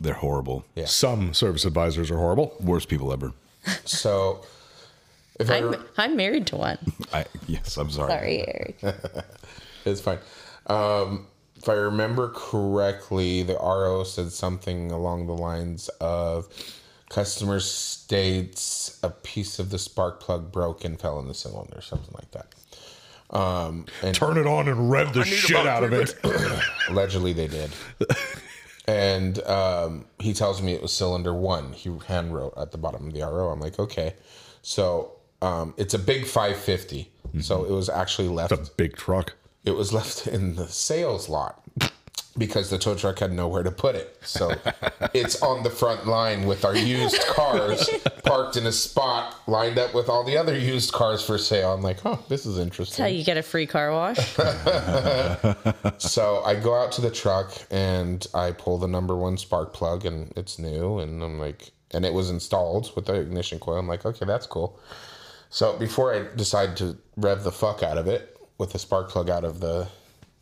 Speaker 1: They're horrible.
Speaker 4: Some service advisors are horrible.
Speaker 1: Worst people ever.
Speaker 3: so. If I,
Speaker 5: I'm
Speaker 3: re-
Speaker 5: I'm married to one.
Speaker 1: I yes, I'm sorry.
Speaker 5: Sorry, Eric.
Speaker 3: it's fine. Um, if I remember correctly, the RO said something along the lines of customer states a piece of the spark plug broke and fell in the cylinder, something like that. Um, and
Speaker 4: turn it on and rev the shit out of it.
Speaker 3: allegedly they did. and um, he tells me it was cylinder one. He hand wrote at the bottom of the RO. I'm like, okay. So um, it's a big 550.
Speaker 4: [coughs]
Speaker 3: So it was actually left.
Speaker 4: Big truck.
Speaker 3: [laughs] It was left in the sales lot. because the tow truck had nowhere to put it. So it's on the front line with our used cars parked in a spot lined up with all the other used cars for sale. I'm like, oh, this is interesting.
Speaker 5: How you get a free car wash?
Speaker 3: So I go out to the truck and I pull the number one spark plug and it's new and I'm like and it was installed with the ignition coil. I'm like, okay, that's cool. So before I decide to rev the fuck out of it with the spark plug out of the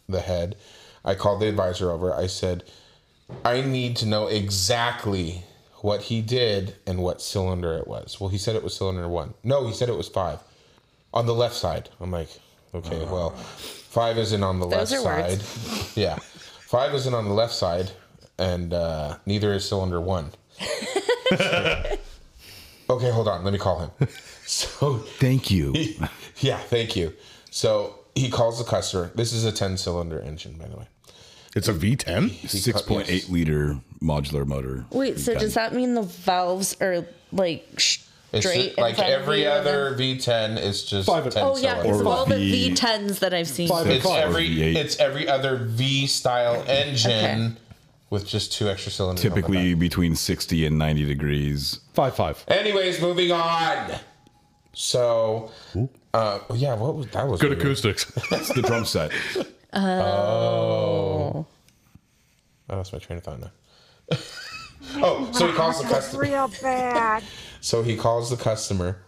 Speaker 3: the head, I called the advisor over. I said, I need to know exactly what he did and what cylinder it was. Well, he said it was cylinder one. No, he said it was five on the left side. I'm like, okay, well, five isn't on the
Speaker 5: Those
Speaker 3: left
Speaker 5: are
Speaker 3: side.
Speaker 5: words.
Speaker 3: Yeah, five isn't on the left side, and uh, neither is cylinder
Speaker 5: [laughs]
Speaker 3: one. okay, hold on. Let me call him. So [laughs]
Speaker 1: Thank you.
Speaker 3: yeah, thank you. So he calls the customer. This is a 10 cylinder engine, by the way.
Speaker 4: It's a V10.
Speaker 1: Six point eight liter modular motor.
Speaker 5: Wait, so does that mean the valves are like
Speaker 3: It's
Speaker 5: straight? in
Speaker 3: like
Speaker 5: front of
Speaker 3: every
Speaker 5: you and then-
Speaker 3: other V10 is just
Speaker 6: Five-
Speaker 3: 10
Speaker 5: Oh yeah,
Speaker 3: cylinder.
Speaker 5: because all the
Speaker 1: V-
Speaker 5: V10s that I've seen.
Speaker 6: Five-
Speaker 3: It's
Speaker 6: Or
Speaker 3: every
Speaker 1: V8.
Speaker 3: it's every other V style engine with just two extra cylinders. on the
Speaker 1: Typically between sixty and ninety degrees.
Speaker 6: Five five.
Speaker 3: back. Anyways, moving on. So, uh, yeah, what was that was
Speaker 4: Good
Speaker 3: weird.
Speaker 4: acoustics. [laughs]
Speaker 1: That's the drum set.
Speaker 3: I lost my train of thought now. [laughs] oh, so he calls
Speaker 5: [laughs]
Speaker 3: the customer.
Speaker 7: real bad.
Speaker 3: So he calls the customer,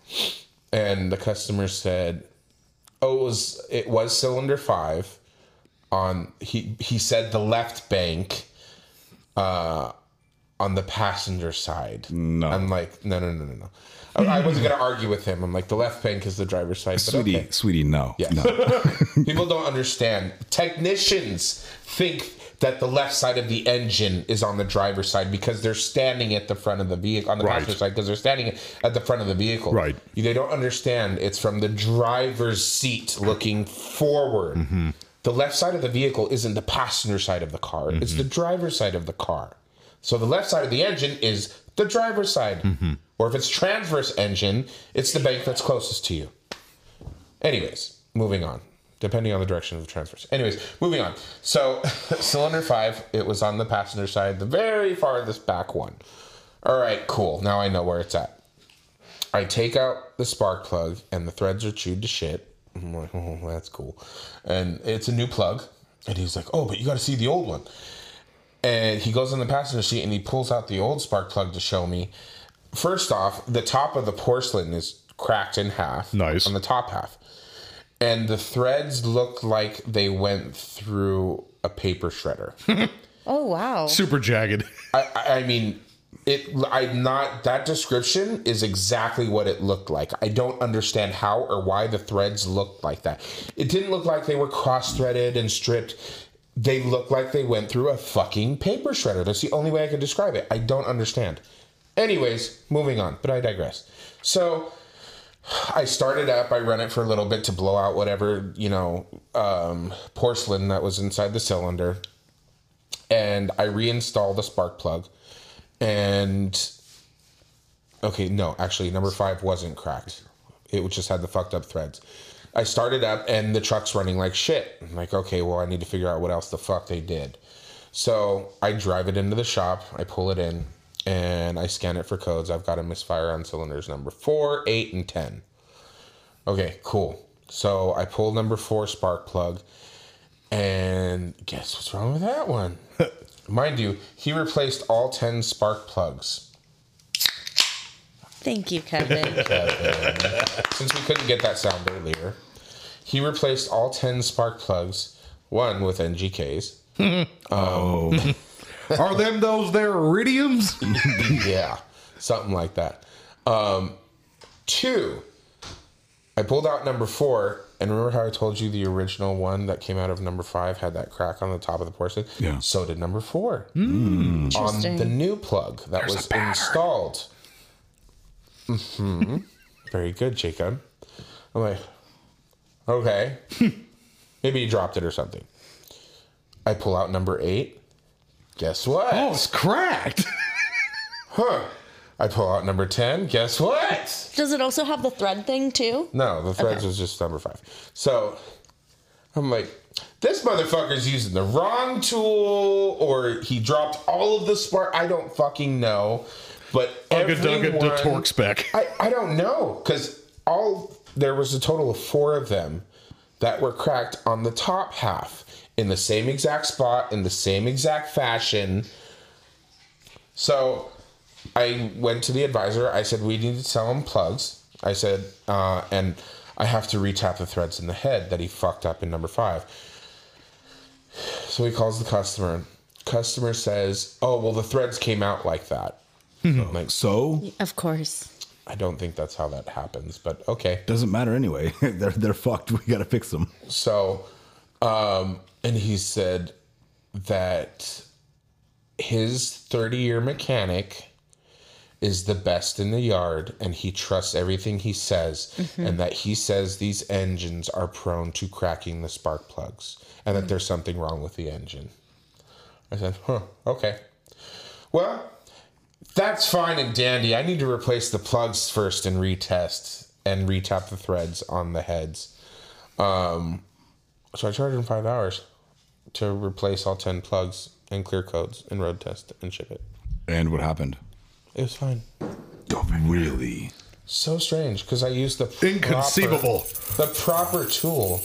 Speaker 3: and the customer said, "Oh, it was it was cylinder five on he he said the left bank, uh, on the passenger side." No, I'm like, no, no, no, no, no. I, I wasn't gonna argue with him. I'm like, the left bank is the driver's side, but
Speaker 1: Sweetie,
Speaker 3: okay.
Speaker 1: sweetie, no. No.
Speaker 3: People don't understand. Technicians think that the left side of the engine is on the driver's side because they're standing at the front of the vehicle on the
Speaker 4: Right.
Speaker 3: passenger side because they're standing at the front of the vehicle.
Speaker 4: Right.
Speaker 3: They don't understand. It's from the driver's seat looking forward.
Speaker 4: Mm-hmm.
Speaker 3: The left side of the vehicle isn't the passenger side of the car. It's
Speaker 4: Mm-hmm.
Speaker 3: the driver's side of the car. So the left side of the engine is the driver's side.
Speaker 4: Mm-hmm.
Speaker 3: Or if it's transverse engine, it's the bank that's closest to you. Anyways, moving on. Depending on the direction of the transfers. Anyways, moving on. So, [laughs] cylinder five, it was on the passenger side, the very farthest back one. All right, cool. Now I know where it's at. I take out the spark plug, and the threads are chewed to shit. I'm like, oh, that's cool. And it's a new plug. And he's like, oh, but you got to see the old one. And he goes in the passenger seat and he pulls out the old spark plug to show me. First off, the top of the porcelain is cracked in half.
Speaker 4: Nice.
Speaker 3: On the top half and the threads looked like they went through a paper shredder.
Speaker 5: Oh wow.
Speaker 4: Super jagged.
Speaker 3: I, I- I mean, it. I'm not. That description is exactly what it looked like. I don't understand how or why the threads looked like that. It didn't look like they were cross-threaded and stripped. They looked like they went through a fucking paper shredder. That's the only way I can describe it. I don't understand. Anyways, moving on, but I digress. So I started up. I run it for a little bit to blow out whatever you know um, porcelain that was inside the cylinder, and I reinstall the spark plug. And okay, no, actually, number five wasn't cracked. It just had the fucked up threads. I started up, and the truck's running like shit. I'm like, okay, well, I need to figure out what else the fuck they did. So I drive it into the shop, I pull it in, and I scan it for codes. I've got a misfire on cylinders number four, eight, and 10. Okay, cool. So I pull number four spark plug, and guess what's wrong with that one? Mind you, he replaced all 10 spark plugs.
Speaker 5: Thank you, Kevin.
Speaker 3: Since we couldn't get that sound earlier, he replaced all 10 spark plugs, one with NGKs.
Speaker 4: [laughs] Are them those
Speaker 1: [laughs]
Speaker 4: there iridiums?
Speaker 3: yeah, something like that. Um, two, I pulled out number four, and remember how I told you the original one that came out of number five had that crack on the top of the porcelain?
Speaker 1: Yeah.
Speaker 3: So did number four on
Speaker 5: Interesting.
Speaker 3: the new plug that was installed. Mm-hmm. [laughs] Very good, Jacob. I'm like, okay. Maybe he dropped it or something. I pull out number eight. Guess what?
Speaker 4: Oh, it's cracked.
Speaker 3: Huh. I pull out number 10. Guess what?
Speaker 5: Does it also have the thread thing too?
Speaker 3: No, the threads was just number five. So I'm like, this motherfucker's using the wrong tool, or he dropped all of the spark. I don't fucking know. But
Speaker 4: Ugga-dugga
Speaker 3: everyone-
Speaker 4: to torque spec.
Speaker 3: I, I don't know because all there was a total of four of them that were cracked on the top half in the same exact spot in the same exact fashion. So I went to the advisor. I said we need to sell him plugs. I said uh, and I have to retap the threads in the head that he fucked up in number five. So he calls the customer. Customer says, "Oh well, the threads came out like that." I'm like,
Speaker 1: So
Speaker 5: Of course.
Speaker 3: I don't think that's how that happens, but okay.
Speaker 1: doesn't matter anyway. [laughs] they're they're fucked. We gotta fix them.
Speaker 3: So, um, and he said that his 30 year mechanic is the best in the yard and he trusts everything he says, and that he says these engines are prone to cracking the spark plugs and that there's something wrong with the engine. I said, huh, okay. Well, that's fine and dandy. I need to replace the plugs first and retest and retap the threads on the heads. Um, So I charged him five hours to replace all ten plugs and clear codes and road test and ship it.
Speaker 1: And what happened?
Speaker 3: It was fine.
Speaker 1: Really?
Speaker 3: So strange because I used the proper-
Speaker 4: Inconceivable.
Speaker 3: the proper tool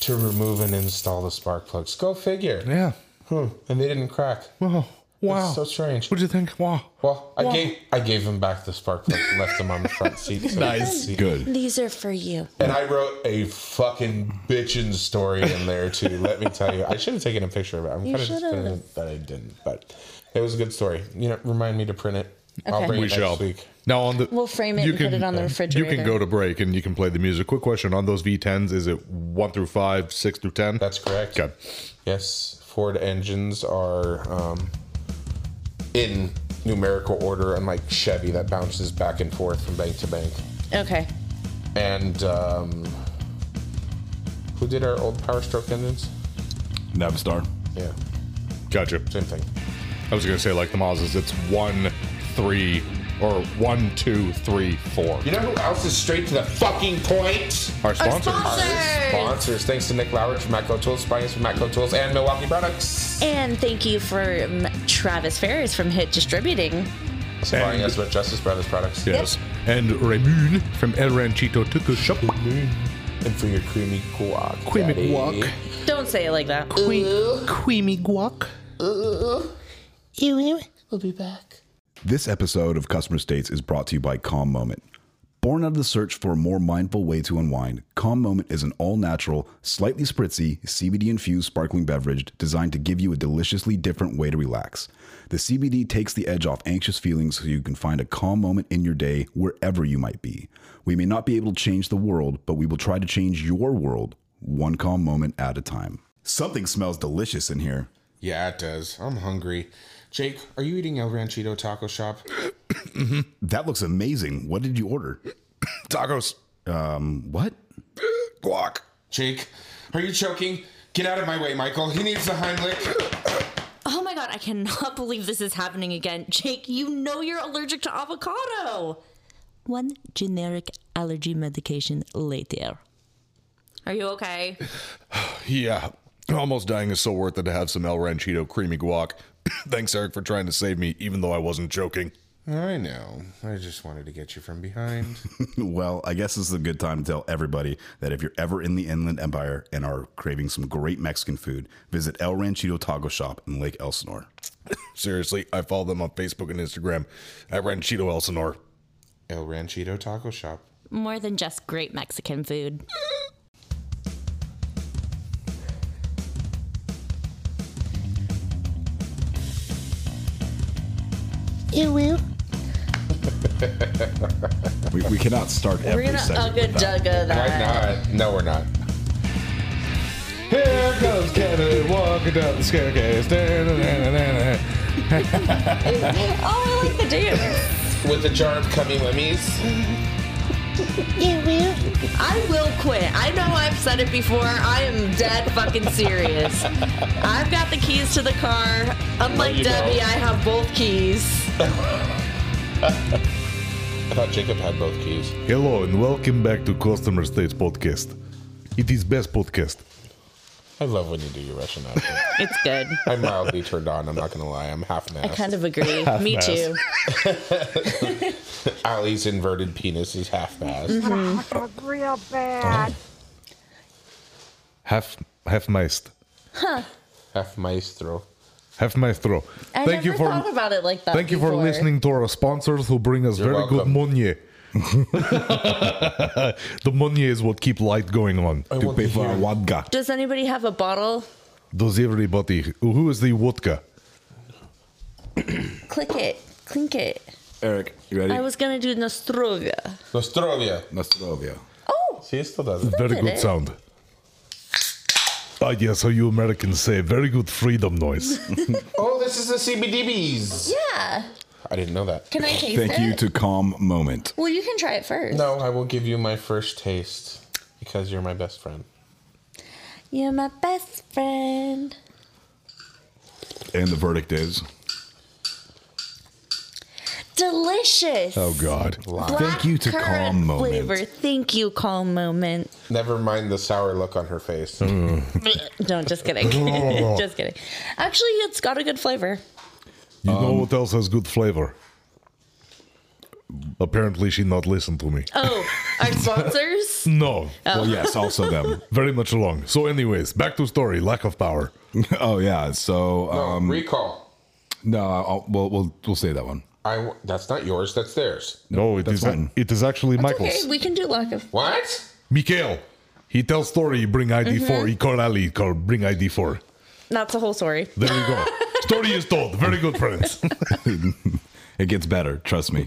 Speaker 3: to remove and install the spark plugs. Go figure.
Speaker 4: Yeah.
Speaker 3: Hmm. And they didn't crack.
Speaker 4: Wow. Wow.
Speaker 3: It's so strange.
Speaker 4: What do you think? Wow.
Speaker 3: Well, I gave I gave him back the spark plugs and left them on the front seat. So nice.
Speaker 1: Good.
Speaker 5: These are for you.
Speaker 3: And I wrote a fucking bitchin' story in there too. let me tell you, I should have taken a picture of it. I'm kind of
Speaker 5: should've.
Speaker 3: disappointed that I didn't, but it was a good story. You know, remind me to print it. I'll
Speaker 5: Okay.
Speaker 3: bring
Speaker 4: We
Speaker 3: it
Speaker 4: shall.
Speaker 3: next week.
Speaker 4: Now on the
Speaker 5: We'll frame it
Speaker 4: you
Speaker 5: and put it on the refrigerator.
Speaker 4: You can go to break and you can play the music. Quick question on those V10s: Is it one through five, six through ten?
Speaker 3: That's correct.
Speaker 4: good.
Speaker 3: Yes, Ford engines are um, in numerical order, unlike Chevy that bounces back and forth from bank to bank.
Speaker 5: Okay.
Speaker 3: And um, who did our old Power Stroke engines?
Speaker 1: Navistar.
Speaker 3: Yeah,
Speaker 4: Gotcha.
Speaker 3: same thing.
Speaker 4: I was gonna say like the Mazdas, it's one, three, or one, two, three, four.
Speaker 3: You know who else is straight to the fucking point?
Speaker 4: Our sponsors.
Speaker 3: Sponsors. Thanks to Nick Lowrich from Matco Tools, Spines from Matco Tools, and Milwaukee Products.
Speaker 5: And thank you for um, Travis Ferris from Hit Distributing.
Speaker 3: Supplying us with Justice Brothers products.
Speaker 4: Yes. And Raymond from El Ranchito Tutu Shop.
Speaker 3: And for your creamy guac.
Speaker 4: Creamy
Speaker 3: daddy.
Speaker 4: guac.
Speaker 5: Don't say it like that.
Speaker 4: Creamy guac.
Speaker 1: This episode of Customer States is brought to you by Calm Moment. Born out of the search for a more mindful way to unwind, Calm Moment is an all natural, slightly spritzy, CBD infused sparkling beverage designed to give you a deliciously different way to relax. The CBD takes the edge off anxious feelings so you can find a calm moment in your day wherever you might be. We may not be able to change the world, but we will try to change your world one calm moment at a time. Something smells delicious in here.
Speaker 3: Yeah, it does. I'm hungry. Jake, are you eating El Ranchito Taco Shop?
Speaker 1: That looks amazing. What did you order?
Speaker 4: Tacos.
Speaker 1: What?
Speaker 4: Guac.
Speaker 3: Jake, are you choking? Get out of my way, Michael. He needs the Heimlich.
Speaker 5: Oh my god, I cannot [laughs] believe this is happening again. Jake, you know you're allergic to avocado. One generic allergy medication later. Are you okay?
Speaker 4: Yeah. Almost dying is so worth it to have some El Ranchito creamy guac. [coughs] Thanks, Eric, for trying to save me, even though I wasn't joking.
Speaker 3: I know. I just wanted to get you from behind.
Speaker 1: Well, I guess this is a good time to tell everybody that if you're ever in the Inland Empire and are craving some great Mexican food, visit El Ranchito Taco Shop in Lake Elsinore.
Speaker 4: Seriously, I follow them on Facebook and Instagram at Ranchito Elsinore.
Speaker 3: El Ranchito Taco Shop.
Speaker 5: More than just great Mexican food.
Speaker 2: It will.
Speaker 1: We, we cannot start every segment with that.
Speaker 5: dugga
Speaker 3: Why not? No, we're not. Here comes Kevin walking down the staircase. Da-na-na-na-na-na.
Speaker 5: Oh, I like the dance.
Speaker 3: With a jar of cummy lemmies.
Speaker 2: It will.
Speaker 5: I will quit. I know I've said it before. I am dead fucking serious. I've got the keys to the car. Unlike
Speaker 3: you go.
Speaker 5: Debbie, I have both keys.
Speaker 3: I thought Jacob had both keys.
Speaker 4: Hello, and welcome back to Customer States Podcast. It is best podcast.
Speaker 3: I love when you do your Russian accent.
Speaker 5: It's good.
Speaker 3: I'm mildly turned on. I'm not going to lie. I'm half
Speaker 5: I
Speaker 3: mast.
Speaker 5: kind of agree. Me
Speaker 8: mass.
Speaker 5: too.
Speaker 3: Ali's inverted penis is half mast.
Speaker 6: real bad.
Speaker 4: Half half maest.
Speaker 3: Half maestro.
Speaker 4: Half maestro.
Speaker 5: I
Speaker 4: thank
Speaker 5: never
Speaker 4: you for
Speaker 5: thought about it like that.
Speaker 4: thank you for
Speaker 5: before.
Speaker 4: listening to our sponsors who bring us very good
Speaker 3: welcome.
Speaker 4: money. [laughs] the money is what keep light going on.
Speaker 3: I
Speaker 9: to
Speaker 3: want
Speaker 9: pay
Speaker 3: to
Speaker 9: for our
Speaker 3: hear.
Speaker 9: vodka.
Speaker 5: Does anybody have a bottle?
Speaker 4: Does everybody who is the vodka?
Speaker 5: Click it. Clink it.
Speaker 9: Eric, you ready?
Speaker 5: I was gonna do Nostrovia.
Speaker 3: Nostrovia.
Speaker 9: Nostrovia.
Speaker 5: Oh,
Speaker 3: See, it still does it.
Speaker 4: Very
Speaker 5: did
Speaker 4: good
Speaker 5: it.
Speaker 4: sound. Ah, yes, how you Americans say, very good freedom noise.
Speaker 3: Oh, this is the CBDBs.
Speaker 5: yeah.
Speaker 3: I didn't know that.
Speaker 5: Can I taste it?
Speaker 9: Thank you to Calm Moment.
Speaker 5: Well, you can try it first.
Speaker 3: No, I will give you my first taste because you're my best friend.
Speaker 5: You're my best friend.
Speaker 9: And the verdict is
Speaker 5: Delicious.
Speaker 4: Oh, God.
Speaker 9: Thank you to
Speaker 5: currant
Speaker 9: Calm Moment.
Speaker 5: Flavor. Thank you, Calm Moment.
Speaker 3: Never mind the sour look on her face.
Speaker 5: [laughs] no, just kidding. [laughs] just kidding. Actually, it's got a good flavor.
Speaker 4: You know what else has good flavor? Apparently, she not listened to me.
Speaker 5: Oh, our sponsors?
Speaker 4: No,
Speaker 5: Oh.
Speaker 9: well, yes, also them. [laughs]
Speaker 4: very much along. So, anyways, back to story. Lack of power.
Speaker 9: oh yeah. So
Speaker 3: No,
Speaker 9: um,
Speaker 3: recall.
Speaker 9: no, I'll, we'll we'll we'll say that one.
Speaker 3: I w- that's not yours. That's theirs.
Speaker 4: No, it
Speaker 9: that's
Speaker 4: is. a-
Speaker 9: fine.
Speaker 4: It is actually
Speaker 5: Okay,
Speaker 4: [laughs] Michael's.
Speaker 5: we can do lack of.
Speaker 3: What?
Speaker 4: Mikhail. He tells story. Bring ID four.
Speaker 3: Mm-hmm.
Speaker 4: He call Ali. Call bring ID four.
Speaker 5: That's the whole story.
Speaker 4: There
Speaker 3: [laughs]
Speaker 4: you go. story is told. Very good friends. [laughs]
Speaker 9: It gets better. Trust me.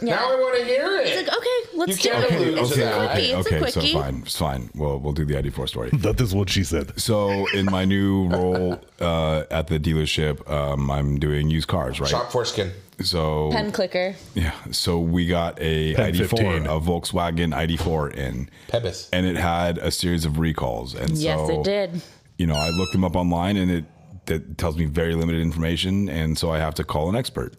Speaker 3: Now I want to hear it.
Speaker 5: Like, okay, let's
Speaker 3: You
Speaker 5: do
Speaker 3: can't
Speaker 5: it.
Speaker 3: allude to
Speaker 9: okay,
Speaker 3: that.
Speaker 5: [laughs] It's
Speaker 9: okay,
Speaker 5: a
Speaker 9: okay. So
Speaker 5: quickie.
Speaker 9: fine, it's fine. We'll we'll do the ID four story.
Speaker 4: that is what she said.
Speaker 9: So in my new role uh, at the dealership, um, I'm doing used cars, right?
Speaker 3: Shop foreskin.
Speaker 9: So
Speaker 5: Pen clicker.
Speaker 9: yeah, so we got a
Speaker 4: Pen
Speaker 9: ID four,
Speaker 4: 15.
Speaker 9: a Volkswagen ID four in,
Speaker 3: Pebis.
Speaker 9: and it had a series of recalls, and
Speaker 5: yes,
Speaker 9: so
Speaker 5: it did.
Speaker 9: you know, I looked them up online and it that tells me very limited information, and so I have to call an expert.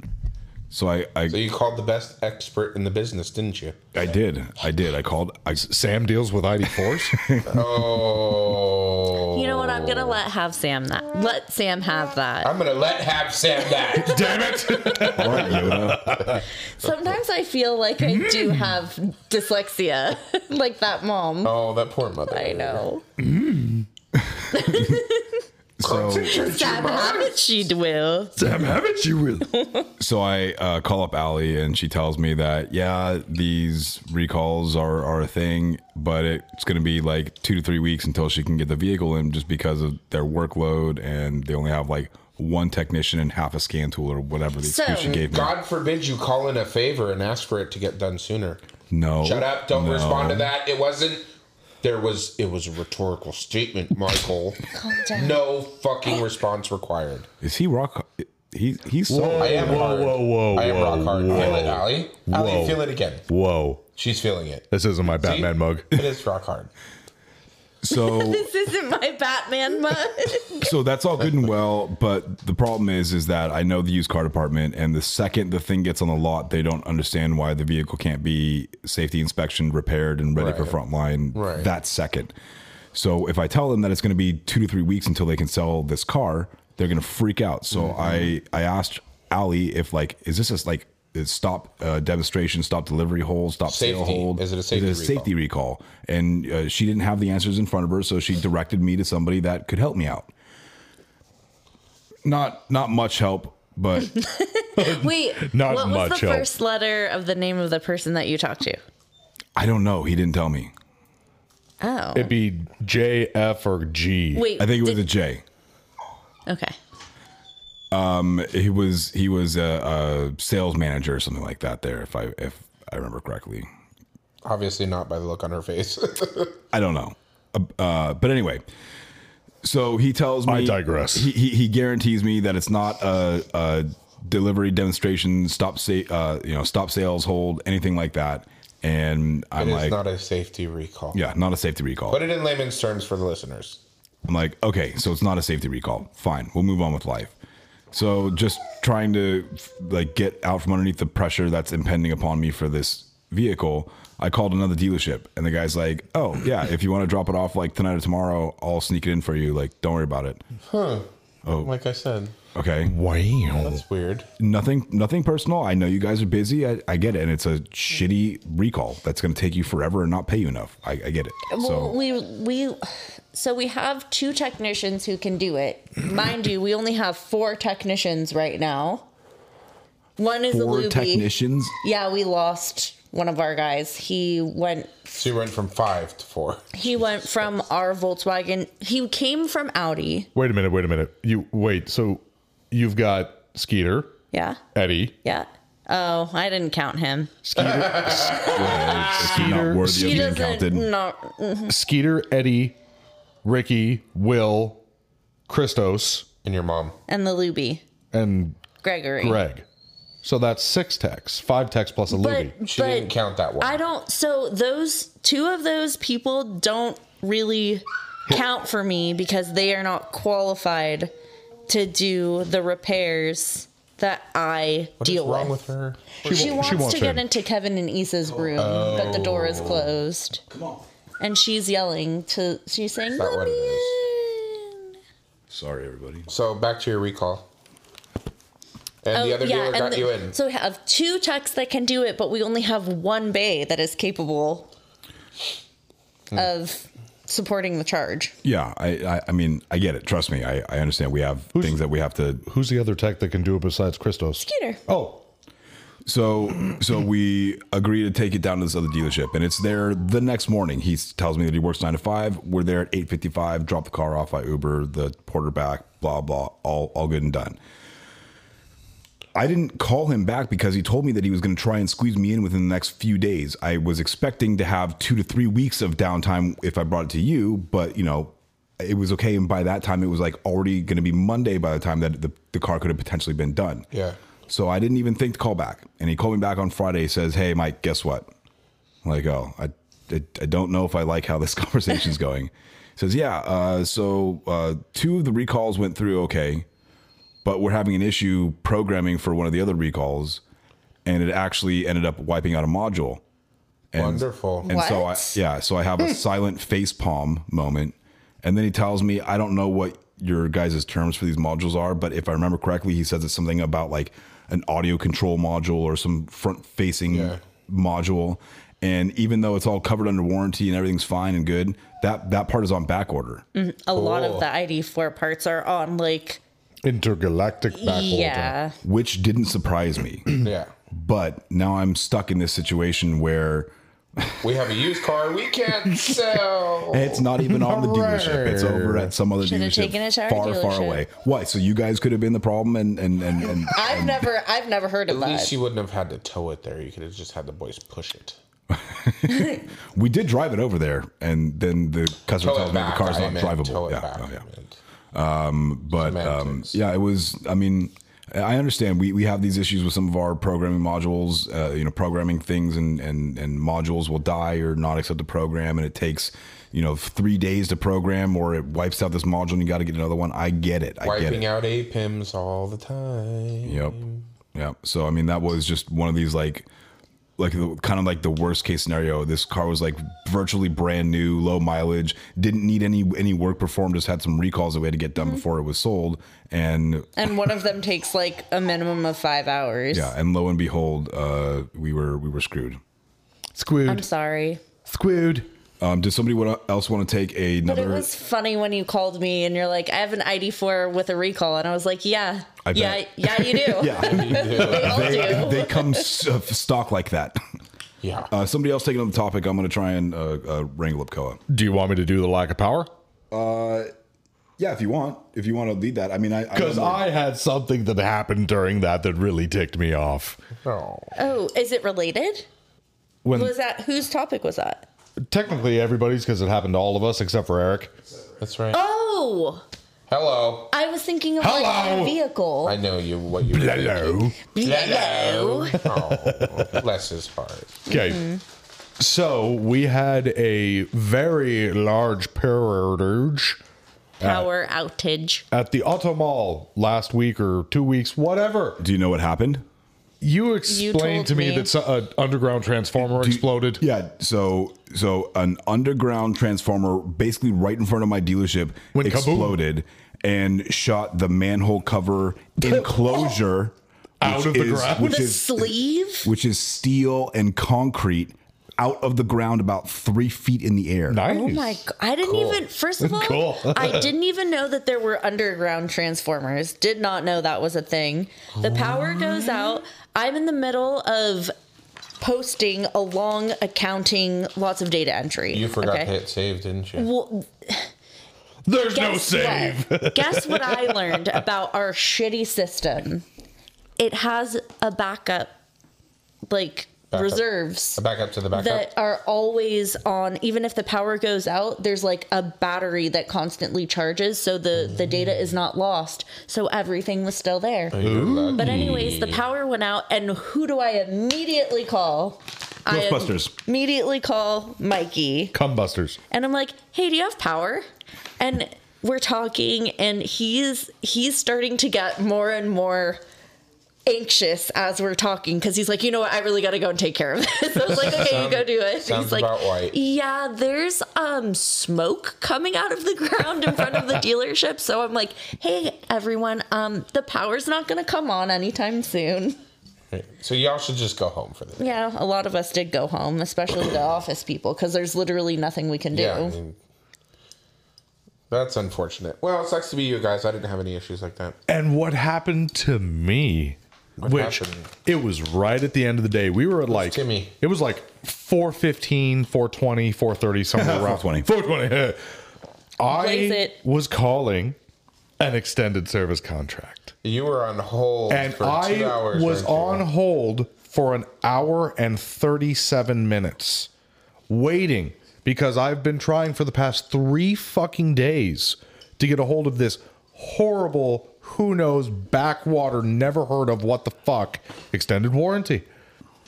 Speaker 9: So I I,
Speaker 3: So you called the best expert in the business, didn't you?
Speaker 9: I did I did I called I
Speaker 4: Sam deals with ID
Speaker 3: [laughs]
Speaker 4: fours.
Speaker 3: Oh.
Speaker 5: You know what? I'm gonna let have Sam that. Let Sam have that.
Speaker 3: I'm gonna let have Sam that.
Speaker 4: Damn [laughs] it!
Speaker 9: all right, Yoda
Speaker 5: Sometimes I feel like I do have dyslexia, [laughs] like that mom.
Speaker 3: Oh, that poor mother.
Speaker 5: I know.
Speaker 9: so
Speaker 5: Sam have it, she will.
Speaker 4: Damn, haven't you
Speaker 3: [laughs]
Speaker 4: will?
Speaker 9: so I uh, call up Allie and she tells me that yeah these recalls are are a thing, but it's going to be like two to three weeks until she can get the vehicle in just because of their workload and they only have like one technician and half a scan tool or whatever the
Speaker 5: So,
Speaker 9: excuse she gave me.
Speaker 3: God forbid you call in a favor and ask for it to get done sooner.
Speaker 9: no,
Speaker 3: Shut up! Don't
Speaker 9: no.
Speaker 3: respond to that. It wasn't. There was. It was a rhetorical statement, Michael.
Speaker 5: Calm down.
Speaker 3: No fucking response required.
Speaker 9: Is he rock? He he's so
Speaker 4: Whoa,
Speaker 3: I am
Speaker 4: whoa,
Speaker 3: hard.
Speaker 4: whoa, whoa,
Speaker 3: I am
Speaker 4: whoa,
Speaker 3: rock hard. Feel it,
Speaker 4: whoa.
Speaker 3: Allie. Allie,
Speaker 4: Whoa.
Speaker 3: feel it again.
Speaker 4: Whoa,
Speaker 3: She's feeling it.
Speaker 4: this isn't my Batman mug.
Speaker 3: It is rock hard. [laughs]
Speaker 9: so
Speaker 5: This isn't my Batman mug.
Speaker 9: so that's all good and well, but the problem is, is that I know the used car department, and the second the thing gets on the lot, they don't understand why the vehicle can't be safety inspection, repaired, and ready for
Speaker 3: Right.
Speaker 9: frontline
Speaker 3: Right.
Speaker 9: that second. So if I tell them that it's going to be two to three weeks until they can sell this car, they're going to freak out. So
Speaker 3: Mm-hmm.
Speaker 9: I I asked Ali if like, is this just like is stop uh, demonstration, stop delivery hold, stop sale
Speaker 3: Safety.
Speaker 9: hold?
Speaker 3: Is it a safety recall?
Speaker 9: safety recall? And uh, she didn't have the answers in front of her, so she directed me to somebody that could help me out not not much help, but
Speaker 5: Wait,
Speaker 4: Not
Speaker 5: what was
Speaker 4: much
Speaker 5: the
Speaker 4: help.
Speaker 5: first letter of the name of the person that you talked to?
Speaker 9: I don't know. He didn't tell me.
Speaker 5: Oh,
Speaker 4: It'd be J, F, or G.
Speaker 5: wait.
Speaker 9: I think it was
Speaker 5: did-
Speaker 9: a J.
Speaker 5: okay.
Speaker 9: He was he was a, a sales manager or something like that. There, if I if I remember correctly,
Speaker 3: Obviously not by the look on her face. [laughs]
Speaker 9: I don't know. Uh, uh, but anyway, so he tells me.
Speaker 4: I digress.
Speaker 9: He, he, he guarantees me that it's not a, a delivery demonstration, stop sa- uh, you know stop sales hold, anything like that. And
Speaker 3: It
Speaker 9: I'm
Speaker 3: is
Speaker 9: like,
Speaker 3: not a safety recall.
Speaker 9: yeah, not a safety recall.
Speaker 3: Put it in layman's terms for the listeners.
Speaker 9: I'm like, okay, so it's not a safety recall. Fine, we'll move on with life. So just trying to like get out from underneath the pressure that's impending upon me for this vehicle. I called another dealership, and the guy's like, "Oh yeah, if you want to drop it off like tonight or tomorrow, I'll sneak it in for you. Like, don't worry about it."
Speaker 3: Huh. Oh. Like I said,
Speaker 9: Okay,
Speaker 4: Wow.
Speaker 3: that's weird.
Speaker 9: nothing, nothing personal. I know you guys are busy. I, I get it, and it's a shitty recall that's going to take you forever and not pay you enough. I, I get it.
Speaker 5: Well,
Speaker 9: So
Speaker 5: we we so we have two technicians who can do it. Mind you, we only have four technicians right now. One is a
Speaker 9: four
Speaker 5: loopy.
Speaker 9: technicians.
Speaker 5: Yeah, we lost one of our guys. He went
Speaker 3: So you went from five to four.
Speaker 5: he went from our Volkswagen. He came from Audi.
Speaker 4: Wait a minute. Wait a minute. You wait. So you've got Skeeter,
Speaker 5: Yeah.
Speaker 4: Eddie,
Speaker 5: Yeah. Oh, I didn't count him.
Speaker 9: It's not worthy of
Speaker 5: He
Speaker 9: being
Speaker 5: doesn't
Speaker 9: counted.
Speaker 5: no
Speaker 4: Skeeter, Eddie, Ricky, Will, Christos,
Speaker 3: And your mom.
Speaker 5: and the Luby.
Speaker 4: and
Speaker 5: Gregory.
Speaker 4: Greg. So that's six techs, five techs plus a Luby.
Speaker 5: But,
Speaker 3: She
Speaker 5: but
Speaker 3: didn't count that one.
Speaker 5: I don't. So those two of those people don't really count for me because they are not qualified to do the repairs that I
Speaker 3: What's
Speaker 5: deal
Speaker 3: wrong
Speaker 5: with.
Speaker 3: with her?
Speaker 5: She wants, to get
Speaker 4: in.
Speaker 5: into Kevin and Issa's room, but the door
Speaker 3: Oh.
Speaker 5: is closed. Come on. And she's yelling to. She's saying,
Speaker 3: not
Speaker 5: "Let
Speaker 3: what it
Speaker 5: me in."
Speaker 9: Sorry, everybody.
Speaker 3: So back to your recall. And the
Speaker 5: Oh,
Speaker 3: other dealer
Speaker 5: and
Speaker 3: got
Speaker 5: the-
Speaker 3: you in.
Speaker 5: So we have two techs that can do it, but we only have one bay that is capable
Speaker 3: Hmm.
Speaker 5: of supporting the charge.
Speaker 9: Yeah, I, I, I mean, I get it. Trust me, I, I understand. We have things that we have to.
Speaker 4: Who's the other tech that can do it besides Christos?
Speaker 5: Peter.
Speaker 4: Oh,
Speaker 9: So, so we agree to take it down to this other dealership, and it's there the next morning. He tells me that he works nine to five. We're there at eight fifty-five. Drop the car off. I Uber the porter back. Blah blah. All all good and done. I didn't call him back because he told me that he was going to try and squeeze me in within the next few days. I was expecting to have two to three weeks of downtime if I brought it to you, but you know, it was okay. And by that time, it was like already going to be Monday by the time that the, the car could have potentially been done.
Speaker 3: Yeah.
Speaker 9: So I didn't even think to call back. And he called me back on Friday, says, Hey, Mike, guess what? I'm like, oh, I, I, I don't know if I like how this [laughs] conversation's going. He says, yeah, uh, so uh, two of the recalls went through okay, but we're having an issue programming for one of the other recalls, and it actually ended up wiping out a module. And,
Speaker 3: Wonderful.
Speaker 9: And so I,
Speaker 5: What?
Speaker 9: yeah, so I have a silent face palm moment, and then he tells me, I don't know what your guys' terms for these modules are, but if I remember correctly, he says it's something about like an audio control module or some front facing
Speaker 3: Yeah.
Speaker 9: module. And even though it's all covered under warranty and everything's fine and good, that that part is on back order.
Speaker 5: A lot of the ID4 parts are on, like,
Speaker 4: intergalactic back order.
Speaker 5: yeah.
Speaker 9: which didn't surprise me.
Speaker 3: Yeah.
Speaker 9: but now I'm stuck in this situation where
Speaker 3: We have a used car we
Speaker 5: [laughs]
Speaker 3: can't sell.
Speaker 9: it's not
Speaker 3: [laughs]
Speaker 9: even on the dealership. It's over at some other
Speaker 5: Should've
Speaker 9: dealership
Speaker 5: taken it to our
Speaker 9: far, far
Speaker 5: dealership.
Speaker 9: away. Why? So you guys could have been the problem, and and
Speaker 3: [laughs]
Speaker 9: and, and
Speaker 5: I've never, I've never heard of
Speaker 3: At least
Speaker 5: that.
Speaker 3: you wouldn't have had to tow it there. You could have just had the boys push it.
Speaker 9: we did drive it over there, and then the customer
Speaker 3: Tow
Speaker 9: tells
Speaker 3: it
Speaker 9: me the
Speaker 3: back.
Speaker 9: car's
Speaker 3: I
Speaker 9: not
Speaker 3: meant Tow
Speaker 9: drivable.
Speaker 3: it
Speaker 9: Yeah,
Speaker 3: back.
Speaker 9: oh,
Speaker 3: I
Speaker 9: yeah.
Speaker 3: meant.
Speaker 9: but um,
Speaker 3: Semantics.
Speaker 9: yeah, it was. I mean, I understand we, we have these issues with some of our programming modules. Uh, you know, programming things and and and modules will die or not accept the program, and it takes you know three days to program, or it wipes out this module, and you got to get another one. I get it. I get it.
Speaker 3: Wiping out A PIMs all the time.
Speaker 9: Yep.
Speaker 5: Mm-hmm.
Speaker 9: Yep. So I mean, that was just one of these like, like the, kind of like the worst case scenario. This car was like virtually brand new, low mileage, didn't need any any work performed, just had some recalls that we had to get
Speaker 5: Mm-hmm.
Speaker 9: done before it was sold, and
Speaker 5: and one of them takes, like, a minimum of five hours.
Speaker 9: yeah, and lo and behold, uh, we were we were screwed.
Speaker 5: I'm sorry.
Speaker 4: Squid.
Speaker 9: Um, does somebody wa- else want to take
Speaker 5: But it
Speaker 9: another?
Speaker 5: was funny when you called me and you're like, I have an ID4 with a recall. And I was like, yeah.
Speaker 9: I
Speaker 5: yeah,
Speaker 9: bet.
Speaker 5: yeah, you do.
Speaker 9: [laughs] yeah,
Speaker 5: We all
Speaker 9: they,
Speaker 5: do.
Speaker 9: they come s- uh, stock like that.
Speaker 3: Yeah.
Speaker 9: Uh, somebody else taking up the topic. I'm going to try and uh, uh, wrangle up Koa.
Speaker 4: Do you want me to do the lack of power?
Speaker 9: Yeah, if you want, if you want to lead that. I mean, I
Speaker 4: Because I had something that happened during that that really ticked me off.
Speaker 3: Oh.
Speaker 5: Oh, is it related?
Speaker 4: When
Speaker 5: Was that whose topic was that?
Speaker 4: technically everybody's because it happened to all of us except for Eric.
Speaker 3: That's right.
Speaker 5: Oh,
Speaker 3: Hello.
Speaker 5: I was thinking of like,
Speaker 4: Hello.
Speaker 5: a vehicle.
Speaker 3: I know you. What you?
Speaker 5: Hello.
Speaker 3: Oh, bless his heart.
Speaker 4: Okay. So we had a very large power outage
Speaker 5: Power outage.
Speaker 4: at the Auto Mall last week or two weeks, whatever.
Speaker 9: Do you know what happened?
Speaker 4: You explained
Speaker 5: told
Speaker 4: to me,
Speaker 5: me.
Speaker 4: that so- an underground transformer exploded.
Speaker 1: Yeah, so so an underground transformer basically right in front of my dealership
Speaker 4: Went kaboom.
Speaker 1: exploded and shot the manhole cover enclosure
Speaker 4: [laughs] Out
Speaker 1: which
Speaker 4: of the
Speaker 1: is-
Speaker 4: ground?
Speaker 1: which
Speaker 5: The
Speaker 1: is
Speaker 5: sleeve?
Speaker 1: which is steel and concrete out of the ground about three feet in the air.
Speaker 4: Nice.
Speaker 5: Oh my! g- I didn't even. First
Speaker 3: [laughs]
Speaker 5: of all,
Speaker 4: Cool.
Speaker 5: I didn't even know that there were underground transformers. Did not know that was a thing. The power goes out. I'm in the middle of posting a long accounting, lots of data entry.
Speaker 3: You forgot
Speaker 5: okay?
Speaker 3: to hit save, didn't you?
Speaker 5: Well,
Speaker 4: There's no
Speaker 5: guess
Speaker 3: [laughs]
Speaker 4: save.
Speaker 5: What? guess what I learned about our shitty system? It has a backup, like
Speaker 3: Backup.
Speaker 5: reserves
Speaker 3: Back up to the backup.
Speaker 5: that are always on even if the power goes out there's like a battery that constantly charges so the the data is not lost so everything was still there
Speaker 3: Oh.
Speaker 5: but anyways the power went out and who do i immediately call I
Speaker 1: Ghostbusters.
Speaker 5: immediately call mikey
Speaker 4: Cumbusters.
Speaker 5: and i'm like hey do you have power and we're talking and he's he's starting to get more and more anxious as we're talking because he's like you know what i really got to go and take care of this [laughs] i was like okay you go do it
Speaker 3: sounds
Speaker 5: he's like
Speaker 3: about right.
Speaker 5: yeah there's um smoke coming out of the [laughs] ground in front of the dealership so i'm like hey everyone um the power's not gonna come on anytime soon
Speaker 3: So y'all should just go home for the day.
Speaker 5: yeah a lot of us did go home especially the office people because there's literally nothing we can do
Speaker 3: I mean, that's unfortunate. Well, it sucks to be you guys. I didn't have any issues like that.
Speaker 4: And what happened to me? which
Speaker 3: happened?
Speaker 4: it was right at the end of the day. We were at like
Speaker 3: Timmy?
Speaker 4: it was like 415, 420, 430, somewhere around
Speaker 1: 420.
Speaker 4: 420.
Speaker 5: Blaze
Speaker 4: [laughs] I
Speaker 5: it.
Speaker 4: was calling an extended service contract.
Speaker 3: You were on hold
Speaker 4: And
Speaker 3: for two
Speaker 4: I
Speaker 3: hours.
Speaker 4: was
Speaker 3: weren't
Speaker 4: on
Speaker 3: you?
Speaker 4: hold for an hour and 37 minutes waiting because I've been trying for the past three fucking days to get a hold of this horrible, who knows, backwater, never heard of what the fuck extended warranty.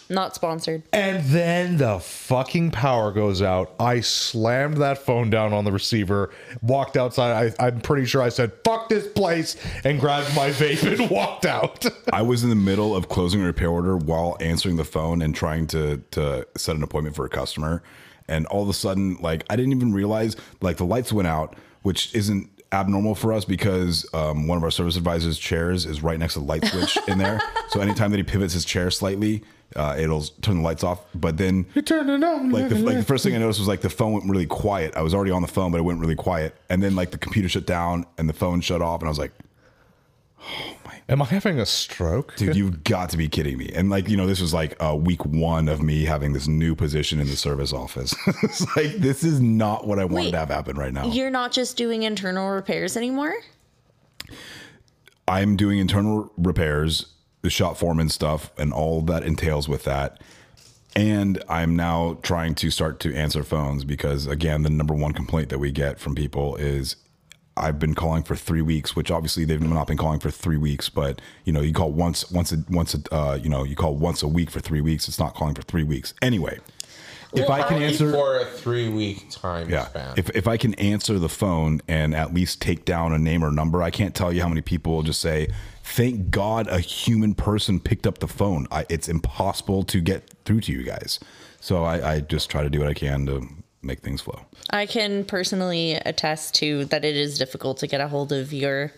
Speaker 5: not sponsored
Speaker 4: And then the fucking power goes out. I slammed that phone down on the receiver, walked outside. I, I'm pretty sure I said, fuck this place, and grabbed my vape and [laughs] walked out.
Speaker 1: I was in the middle of closing a repair order while answering the phone and trying to to set an appointment for a customer, and all of a sudden, like I didn't even realize like the lights went out, which isn't abnormal for us because um, one of our service advisors' chairs is right next to the light switch in there. So anytime that he pivots his chair slightly, uh, it'll turn the lights off. But then
Speaker 4: Turn it on.
Speaker 1: like the, like the first [laughs] thing I noticed was like the phone went really quiet. I was already on the phone, but it went really quiet, and then like the computer shut down and the phone shut off, and I was like.
Speaker 4: Am I having a stroke?
Speaker 1: dude, you've got to be kidding me. And like, you know, this was like uh, week one of me having this new position in the service office. [laughs] it's like, this is not what I wanted
Speaker 5: Wait.
Speaker 1: to have happen right now.
Speaker 5: you're not just doing internal repairs anymore
Speaker 1: I'm doing internal repairs, the shop foreman stuff, and all that entails with that. And I'm now trying to start to answer phones because, again, the number one complaint that we get from people is I've been calling for three weeks, which obviously they've not been calling for three weeks, but you know, you call once, once, a, once, a, uh, you know, you call once a week for three weeks. It's not calling for three weeks. Anyway, if I can answer,
Speaker 3: for a three week time
Speaker 1: yeah.
Speaker 3: span.
Speaker 1: If, if I can answer the phone and at least take down a name or number, I can't tell you how many people will just say, "Thank God a human person picked up the phone." I, it's impossible to get through to you guys, so I, I just try to do what I can to make things flow.
Speaker 5: I can personally attest to that it is difficult to get a hold of your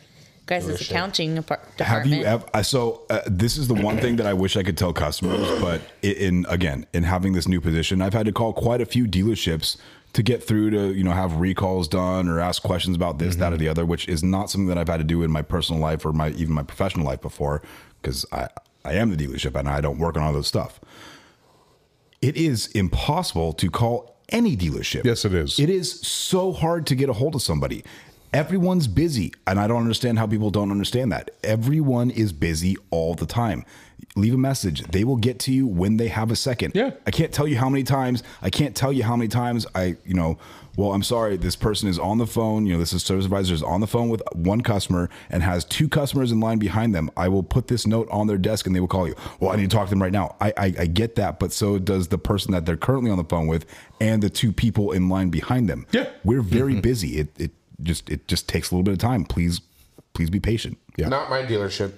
Speaker 5: guys' accounting depart-
Speaker 1: Have
Speaker 5: department.
Speaker 1: you ever? I- So uh, this is the one thing that I wish I could tell customers, but i- in again, in having this new position, I've had to call quite a few dealerships to get through to you know have recalls done or ask questions about this, that, or the other, which is not something that I've had to do in my personal life or my even my professional life before, because I I am the dealership and I don't work on all those stuff. It is impossible to call any dealership.
Speaker 4: Yes, it is.
Speaker 1: It is so hard to get a hold of somebody. Everyone's busy, and I don't understand how people don't understand that. Everyone is busy all the time. Leave a message. They will get to you when they have a second.
Speaker 4: Yeah.
Speaker 1: I can't tell you how many times. I can't tell you how many times I, you know, well, I'm sorry, this person is on the phone. You know, this is service advisor is on the phone with one customer and has two customers in line behind them. I will put this note on their desk and they will call you. Well, I need to talk to them right now. I, I, I get that, but so does the person that they're currently on the phone with and the two people in line behind them.
Speaker 4: Yeah.
Speaker 1: We're very busy. It, it just, it just takes a little bit of time. Please, please be patient.
Speaker 4: Yeah.
Speaker 3: Not my dealership.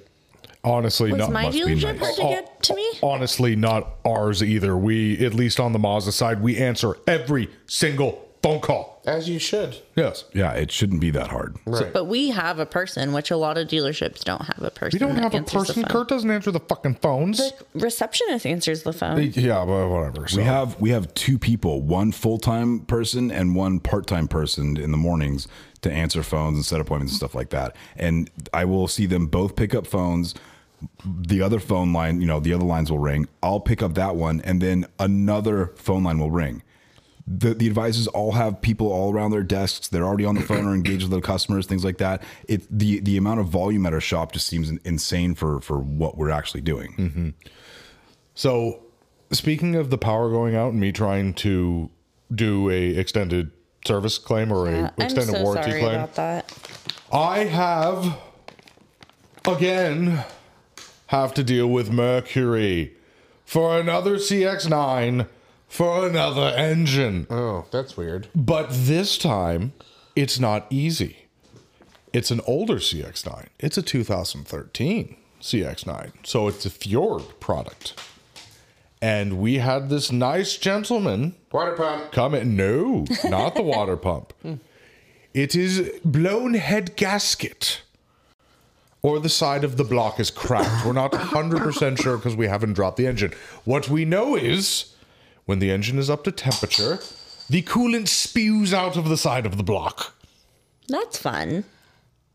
Speaker 4: Honestly,
Speaker 5: Was
Speaker 4: not
Speaker 5: my
Speaker 4: much.
Speaker 5: dealership
Speaker 7: nice.
Speaker 4: "Oh,
Speaker 5: pretty good to me?
Speaker 4: Honestly, not ours either. We, at least on the Mazda side, we answer every single phone call.
Speaker 3: As you should.
Speaker 4: Yes.
Speaker 9: Yeah, it shouldn't be that hard.
Speaker 3: Right.
Speaker 5: But we have a person, which a lot of dealerships don't have a person.
Speaker 4: We don't
Speaker 5: that
Speaker 4: have a
Speaker 5: answers the
Speaker 4: person.
Speaker 5: phone.
Speaker 4: Kurt doesn't answer the fucking phones.
Speaker 5: Receptionist answers the phone.
Speaker 4: yeah, well, whatever. So.
Speaker 9: We have we have two people, one full time person and one part time person in the mornings to answer phones and set appointments and stuff like that. And I will see them both pick up phones. The other phone line, you know, the other lines will ring. I'll pick up that one, and then another phone line will ring. The, the advisors all have people all around their desks. They're already on the phone or engaged with their customers, things like that. It the the amount of volume at our shop just seems insane for for what we're actually doing.
Speaker 3: Mm-hmm.
Speaker 4: So, speaking of the power going out and me trying to do a extended service claim or a
Speaker 5: I'm
Speaker 4: extended
Speaker 5: so
Speaker 4: warranty
Speaker 5: sorry
Speaker 4: claim,
Speaker 5: about that.
Speaker 4: I have again have to deal with Mercury for another CX9 for another engine.
Speaker 3: oh, that's weird.
Speaker 4: But this time, it's not easy. It's an older CX9. It's a 2013 CX9. So it's a Fjord product. And we had this nice gentleman
Speaker 3: Water pump. Hmm.
Speaker 4: come in. No, not the
Speaker 3: [laughs]
Speaker 4: water pump. It is blown head gasket. Or the side of the block is cracked. We're not 100% sure because we haven't dropped the engine. What we know is when the engine is up to temperature, the coolant spews out of the side of the block.
Speaker 5: That's fun.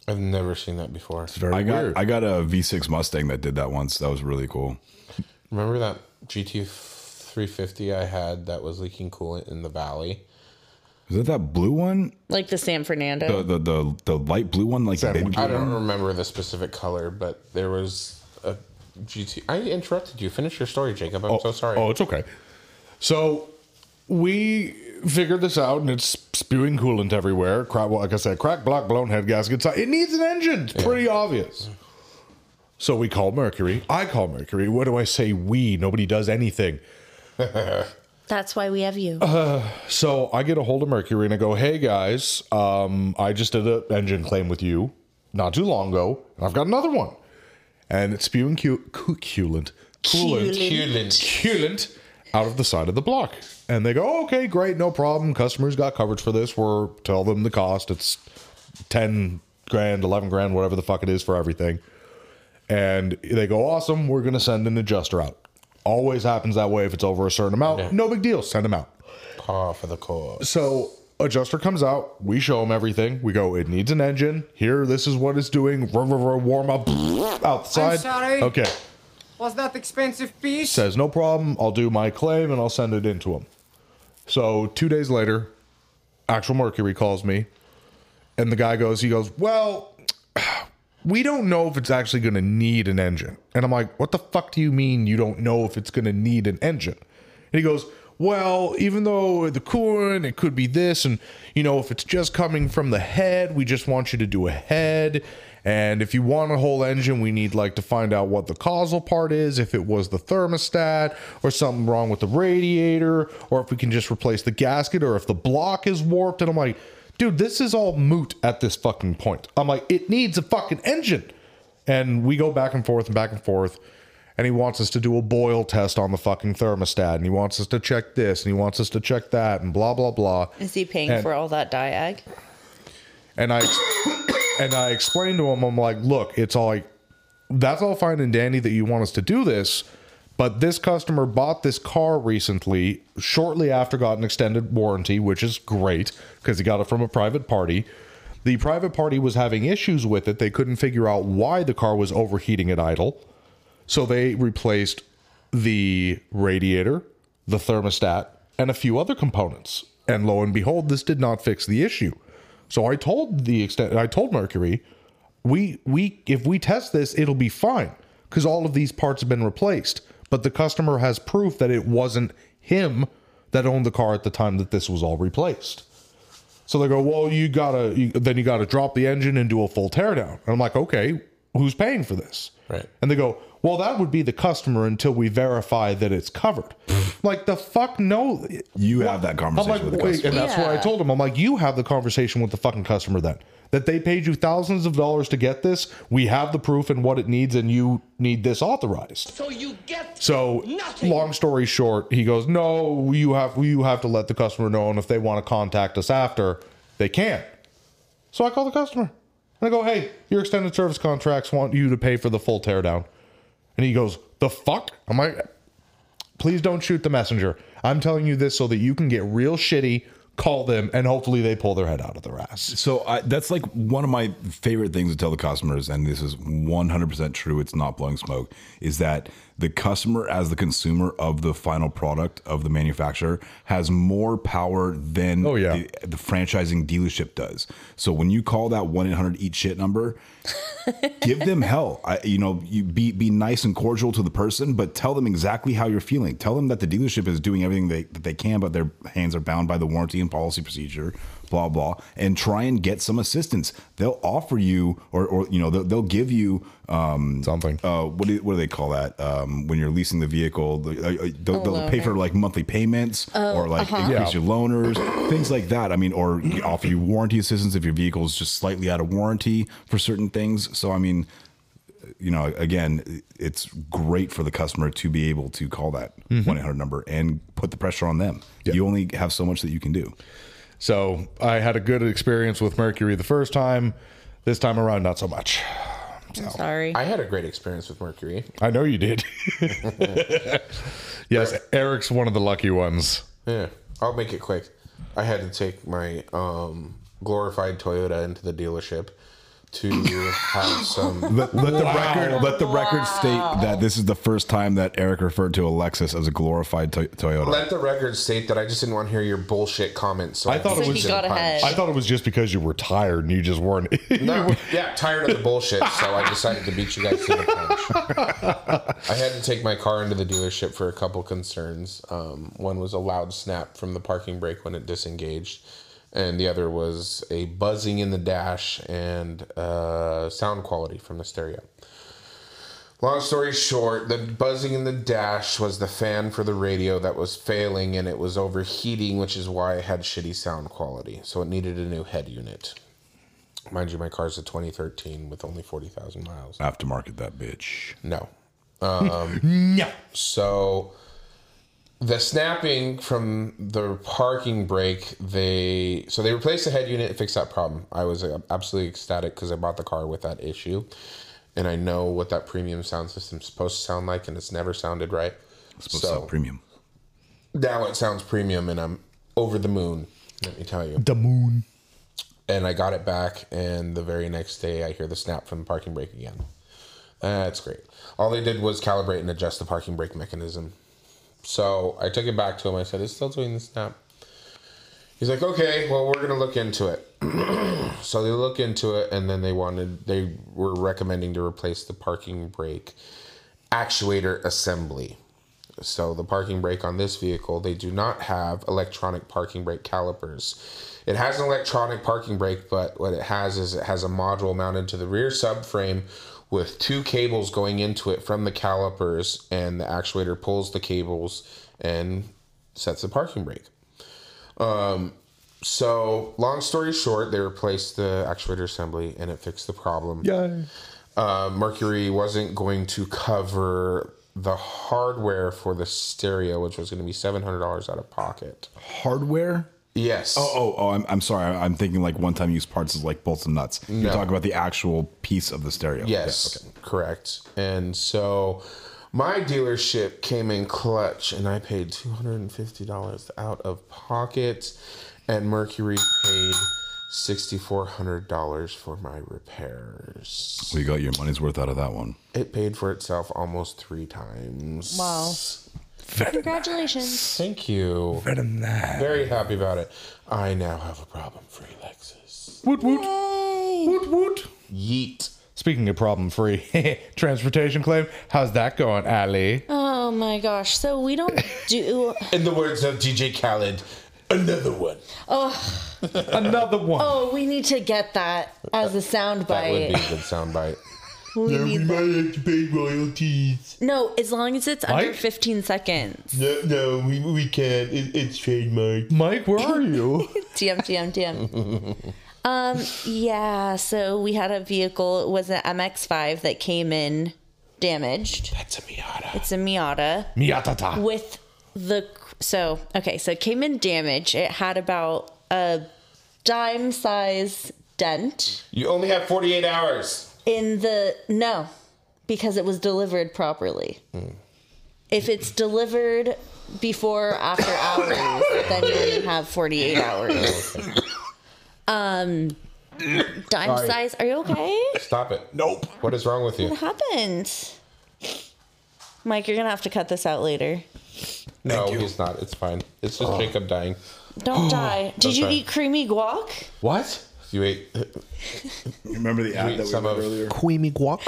Speaker 3: I've never seen that before.
Speaker 9: I got I got a V6 Mustang that did that once. That was really cool.
Speaker 3: Remember that GT 350 I had that was leaking coolant in the valley?
Speaker 9: Is that that blue one?
Speaker 5: Like the San Fernando.
Speaker 9: The the the, the light blue one, like the baby
Speaker 3: I
Speaker 9: blue
Speaker 3: don't
Speaker 9: one?
Speaker 3: remember the specific color, but there was a GT. I interrupted you. Finish your story, Jacob. I'm so sorry.
Speaker 4: Oh, it's okay. So we figured this out, and it's spewing coolant everywhere. Crack, well, like I said, crack block, blown head gasket. So It needs an engine. It's pretty obvious. So we call Mercury. I call Mercury. What do I say? We. Nobody does anything.
Speaker 5: That's why we have you.
Speaker 4: Uh-huh. So I get a hold of Mercury and I go, "Hey guys, um, I just did an engine claim with you not too long ago, and I've got another one, and it's spewing cu- cu- coolant, coolant,
Speaker 3: Coolant.
Speaker 4: coolant out of the side of the block. And they go, oh, okay, great, no problem. Customers got coverage for this. We're tell them the cost. It's 10 grand, 11 grand, whatever the fuck it is for everything. And they go, awesome, we're going to send an adjuster out. Always happens that way if it's over a certain amount. No big deal, send them out.
Speaker 3: Paw for the cause.
Speaker 4: So adjuster comes out. We show him everything. We go. It needs an engine. Here, this is what it's doing. Rah, rah, rah, warm up outside.
Speaker 10: sorry.
Speaker 4: Okay.
Speaker 10: Was that expensive piece?
Speaker 4: Says no problem. I'll do my claim and I'll send it into him. So two days later, actual Mercury calls me, and the guy goes. He goes, well. We don't know if it's actually going to need an engine. And I'm like, what the fuck do you mean you don't know if it's going to need an engine? And he goes, well, even though the coolant, it could be this. And, you know, if it's just coming from the head, we just want you to do a head. And if you want a whole engine, we need like to find out what the causal part is, if it was the thermostat or something wrong with the radiator, or if we can just replace the gasket or if the block is warped. And I'm like, dude, this is all moot at this fucking point. I'm like, it needs a fucking engine. And we go back and forth and back and forth. And he wants us to do a boil test on the fucking thermostat. And he wants us to check this and he wants us to check that and blah, blah, blah.
Speaker 5: Is he paying
Speaker 4: and-
Speaker 5: for all that diag?
Speaker 4: And I [coughs] and I explained to him, I'm like, look, it's all like that's all fine and dandy that you want us to do this, but this customer bought this car recently, shortly after got an extended warranty, which is great because he got it from a private party. The private party was having issues with it. They couldn't figure out why the car was overheating at idle. So they replaced the radiator, the thermostat, and a few other components. And lo and behold, this did not fix the issue. So I told the extent I told Mercury, we we if we test this, it'll be fine because all of these parts have been replaced. But the customer has proof that it wasn't him that owned the car at the time that this was all replaced. So they go, well, you gotta you, then you gotta drop the engine and do a full teardown. And I'm like, okay, who's paying for this?
Speaker 3: Right.
Speaker 4: And they go, well, that would be the customer until we verify that it's covered. like the fuck no.
Speaker 9: You have that
Speaker 4: I'm
Speaker 9: conversation
Speaker 4: like,
Speaker 9: with the
Speaker 4: wait,
Speaker 9: customer.
Speaker 4: and that's what I
Speaker 2: Yeah.
Speaker 4: told him. I'm like, you have the conversation with the fucking customer then. That they paid you thousands of dollars to get this. We have the proof and what it needs, and you need this authorized.
Speaker 11: So you get
Speaker 4: So, long story short, he goes, "No, you have you have to let the customer know, and if they want to contact us after, they can." So I call the customer and I go, "Hey, your extended service contracts want you to pay for the full teardown," and he goes, "The fuck?" I'm like, "Please don't shoot the messenger. I'm telling you this so that you can get real shitty." Call them, and hopefully they pull their head out of their ass.
Speaker 9: So I, that's like one of my favorite things to tell the customers, and this is 100% true. It's not blowing smoke. Is that the customer, as the consumer of the final product of the manufacturer, has more power than
Speaker 1: Oh, yeah.
Speaker 9: the, the franchising dealership does. So when you call that 1 800 eat shit number, give them hell. I, you know, you be be nice and cordial to the person, but tell them exactly how you're feeling. Tell them that the dealership is doing everything they, that they can, but their hands are bound by the warranty and policy procedure. Blah blah, and try and get some assistance. They'll offer you, or or you know, they'll, they'll give you um,
Speaker 4: something.
Speaker 9: Uh, what do what do they call that? Um, when you're leasing the vehicle, the- uh, uh, they'll, they'll pay
Speaker 2: loaner.
Speaker 9: for like monthly payments or like increase
Speaker 4: Yeah.
Speaker 9: your loaners, things like that. I mean, or you offer you warranty assistance if your vehicle is just slightly out of warranty for certain things. So I mean, uh, you know, again, it's great for the customer to be able to call that one eight hundred number and put the pressure on them. You only have so much that you can do.
Speaker 4: So I had a good experience with Mercury the first time. This time around, not so much.
Speaker 2: I'm sorry.
Speaker 3: I had a great experience with Mercury.
Speaker 4: I know you did. [laughs] yes, Eric's one of the lucky ones.
Speaker 3: Yeah, I'll make it quick. I had to take my um, glorified Toyota into the dealership
Speaker 4: [coughs]
Speaker 3: to have some.
Speaker 9: Let, let the record let the record state that this is the first time that Eric referred to a Lexus as a glorified Toy- Toyota.
Speaker 3: Let the record state that I just didn't want to hear your bullshit comments. So
Speaker 4: I thought it
Speaker 3: beat
Speaker 4: was-
Speaker 3: you
Speaker 4: So
Speaker 3: to
Speaker 4: he
Speaker 2: got
Speaker 3: the punch.
Speaker 2: ahead.
Speaker 4: I thought it was just because you were tired and you just weren't. [laughs]
Speaker 3: No, yeah, tired of the bullshit, so I decided to beat you guys to the punch. I had to take my car into the dealership for a couple concerns. Um, one was a loud snap from the parking brake when it disengaged, and the other was a buzzing in the dash and uh, sound quality from the stereo. Long story short, the buzzing in the dash was the fan for the radio that was failing and it was overheating, which is why it had shitty sound quality. So it needed a new head unit. Mind you, my car's a 2013 with only 40,000 miles.
Speaker 9: Aftermarket that bitch.
Speaker 3: No. Um, no. So the snapping from the parking brake, they so they replaced the head unit and fixed that problem. I was uh, absolutely ecstatic because I bought the car with that issue, and I know what that premium sound system's supposed to sound like, and it's never sounded right.
Speaker 9: Supposed to
Speaker 3: So-
Speaker 9: sell premium.
Speaker 3: now it sounds premium and I'm over the moon, let me tell you. The moon. And I got it back, and the very next day I hear the snap from the parking brake again. That's Eh, great. All they did was calibrate and adjust the parking brake mechanism. So I took it back to him. I said, It's still doing the snap. He's like, Okay, well, we're going to look into it. [clears throat] so they look into it, and then they wanted, they were recommending to replace the parking brake actuator assembly. So the parking brake on this vehicle, they do not have electronic parking brake calipers. It has an electronic parking brake, but what it has is it has a module mounted to the rear subframe with two cables going into it from the calipers and the actuator pulls the cables and sets the parking brake. Um so long story short, they replaced the actuator assembly and it fixed the problem
Speaker 4: Yay.
Speaker 3: uh, Mercury wasn't going to cover the hardware for the stereo, which was going to be seven hundred dollars out of pocket.
Speaker 9: Hardware?
Speaker 3: Yes.
Speaker 9: Oh, oh, I'm, I'm sorry. I'm thinking like one time use parts is like bolts and nuts. You're talking about the actual piece of the stereo.
Speaker 3: Yes, correct. And so my dealership came in clutch and I paid $250 out of pocket and Mercury paid $6400 for my repairs.
Speaker 9: We got your money's worth out of that one.
Speaker 3: It paid for itself almost 3 times.
Speaker 2: Wow. Congratulations.
Speaker 3: Thank you.
Speaker 12: Better than that.
Speaker 3: Very happy about it. I now have a problem free Lexus.
Speaker 4: Woot woot. Woot woot.
Speaker 3: Yeet.
Speaker 4: Speaking of problem free [laughs] transportation claim, how's that going, Ali?
Speaker 13: Uh,
Speaker 2: Oh my gosh. So we don't do.
Speaker 3: In the words of DJ Khaled, another one.
Speaker 4: Another one.
Speaker 2: Oh, we need to get that as a soundbite.
Speaker 3: That would be a good soundbite.
Speaker 5: We
Speaker 13: Now we
Speaker 5: need
Speaker 13: might have to pay royalties.
Speaker 5: No, as long as it's under
Speaker 13: Mike?
Speaker 5: 15 seconds.
Speaker 13: No, no, we, we can't. It, it's trademark. Mike, where are you?
Speaker 5: TM, TM, TM. Um, yeah, so we had a vehicle, it was an MX5 that came in
Speaker 13: [laughs]
Speaker 5: damaged.
Speaker 13: That's a Miata.
Speaker 5: It's a Miata.
Speaker 13: Miata.
Speaker 5: With the, so, okay, so it came in damaged. It had about a dime size dent
Speaker 3: You only have 48 hours.
Speaker 5: in the, no, because it was delivered properly. If it's delivered before or after hours, then you only have 48 hours. Um, dime
Speaker 3: Sorry.
Speaker 5: size, are you okay?
Speaker 3: Stop it. Nope. What is wrong with you?
Speaker 5: What happened? Mike, you're gonna have to cut this out later.
Speaker 3: No, he's not. It's fine. It's
Speaker 12: Uh-huh.
Speaker 3: just Jacob dying.
Speaker 5: Don't [gasps] die. Did you
Speaker 3: Okay.
Speaker 5: eat creamy guac?
Speaker 3: What? You ate. you
Speaker 1: Remember the ad
Speaker 3: ate
Speaker 1: that we
Speaker 3: some
Speaker 1: remember
Speaker 3: of.
Speaker 1: earlier?
Speaker 13: Queemy guac.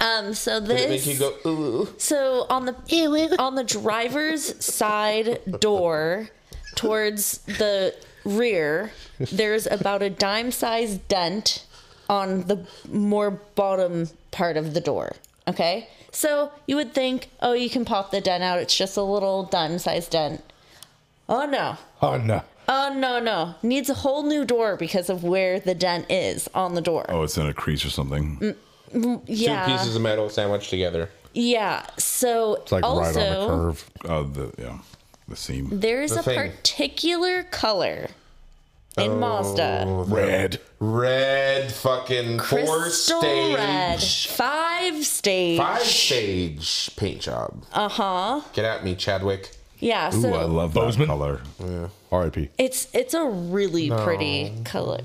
Speaker 5: Um, so
Speaker 3: Did it make
Speaker 5: this
Speaker 3: you go ooh?
Speaker 5: so on the on the driver's side door towards the rear, there's about a dime sized dent on the more bottom part of the door. Okay? So you would think, oh, you can pop the dent out, it's just a little dime sized dent. Oh no.
Speaker 13: Oh, no.
Speaker 5: Oh no no! Needs a whole new door because of where the dent is on the door.
Speaker 9: Oh, it's in a crease or something.
Speaker 4: Mm.
Speaker 5: yeah,
Speaker 3: Two pieces of metal sandwiched together.
Speaker 5: yeah. So
Speaker 4: It's like
Speaker 5: also,
Speaker 4: right on a curve.
Speaker 9: Uh, the yeah, the seam.
Speaker 5: there is
Speaker 3: The
Speaker 5: a
Speaker 3: thing. Oh.
Speaker 5: particular color in Mazda,
Speaker 4: Red.
Speaker 3: Red fucking four
Speaker 5: crystal
Speaker 3: stage.
Speaker 5: red, five stage.
Speaker 3: Five stage paint job.
Speaker 5: Uh huh.
Speaker 3: Get at me, Chadwick.
Speaker 5: Yeah.
Speaker 9: Ooh,
Speaker 5: So
Speaker 9: I love
Speaker 4: Bozeman?
Speaker 9: that color.
Speaker 4: R.I.P.
Speaker 5: it's it's a really pretty color.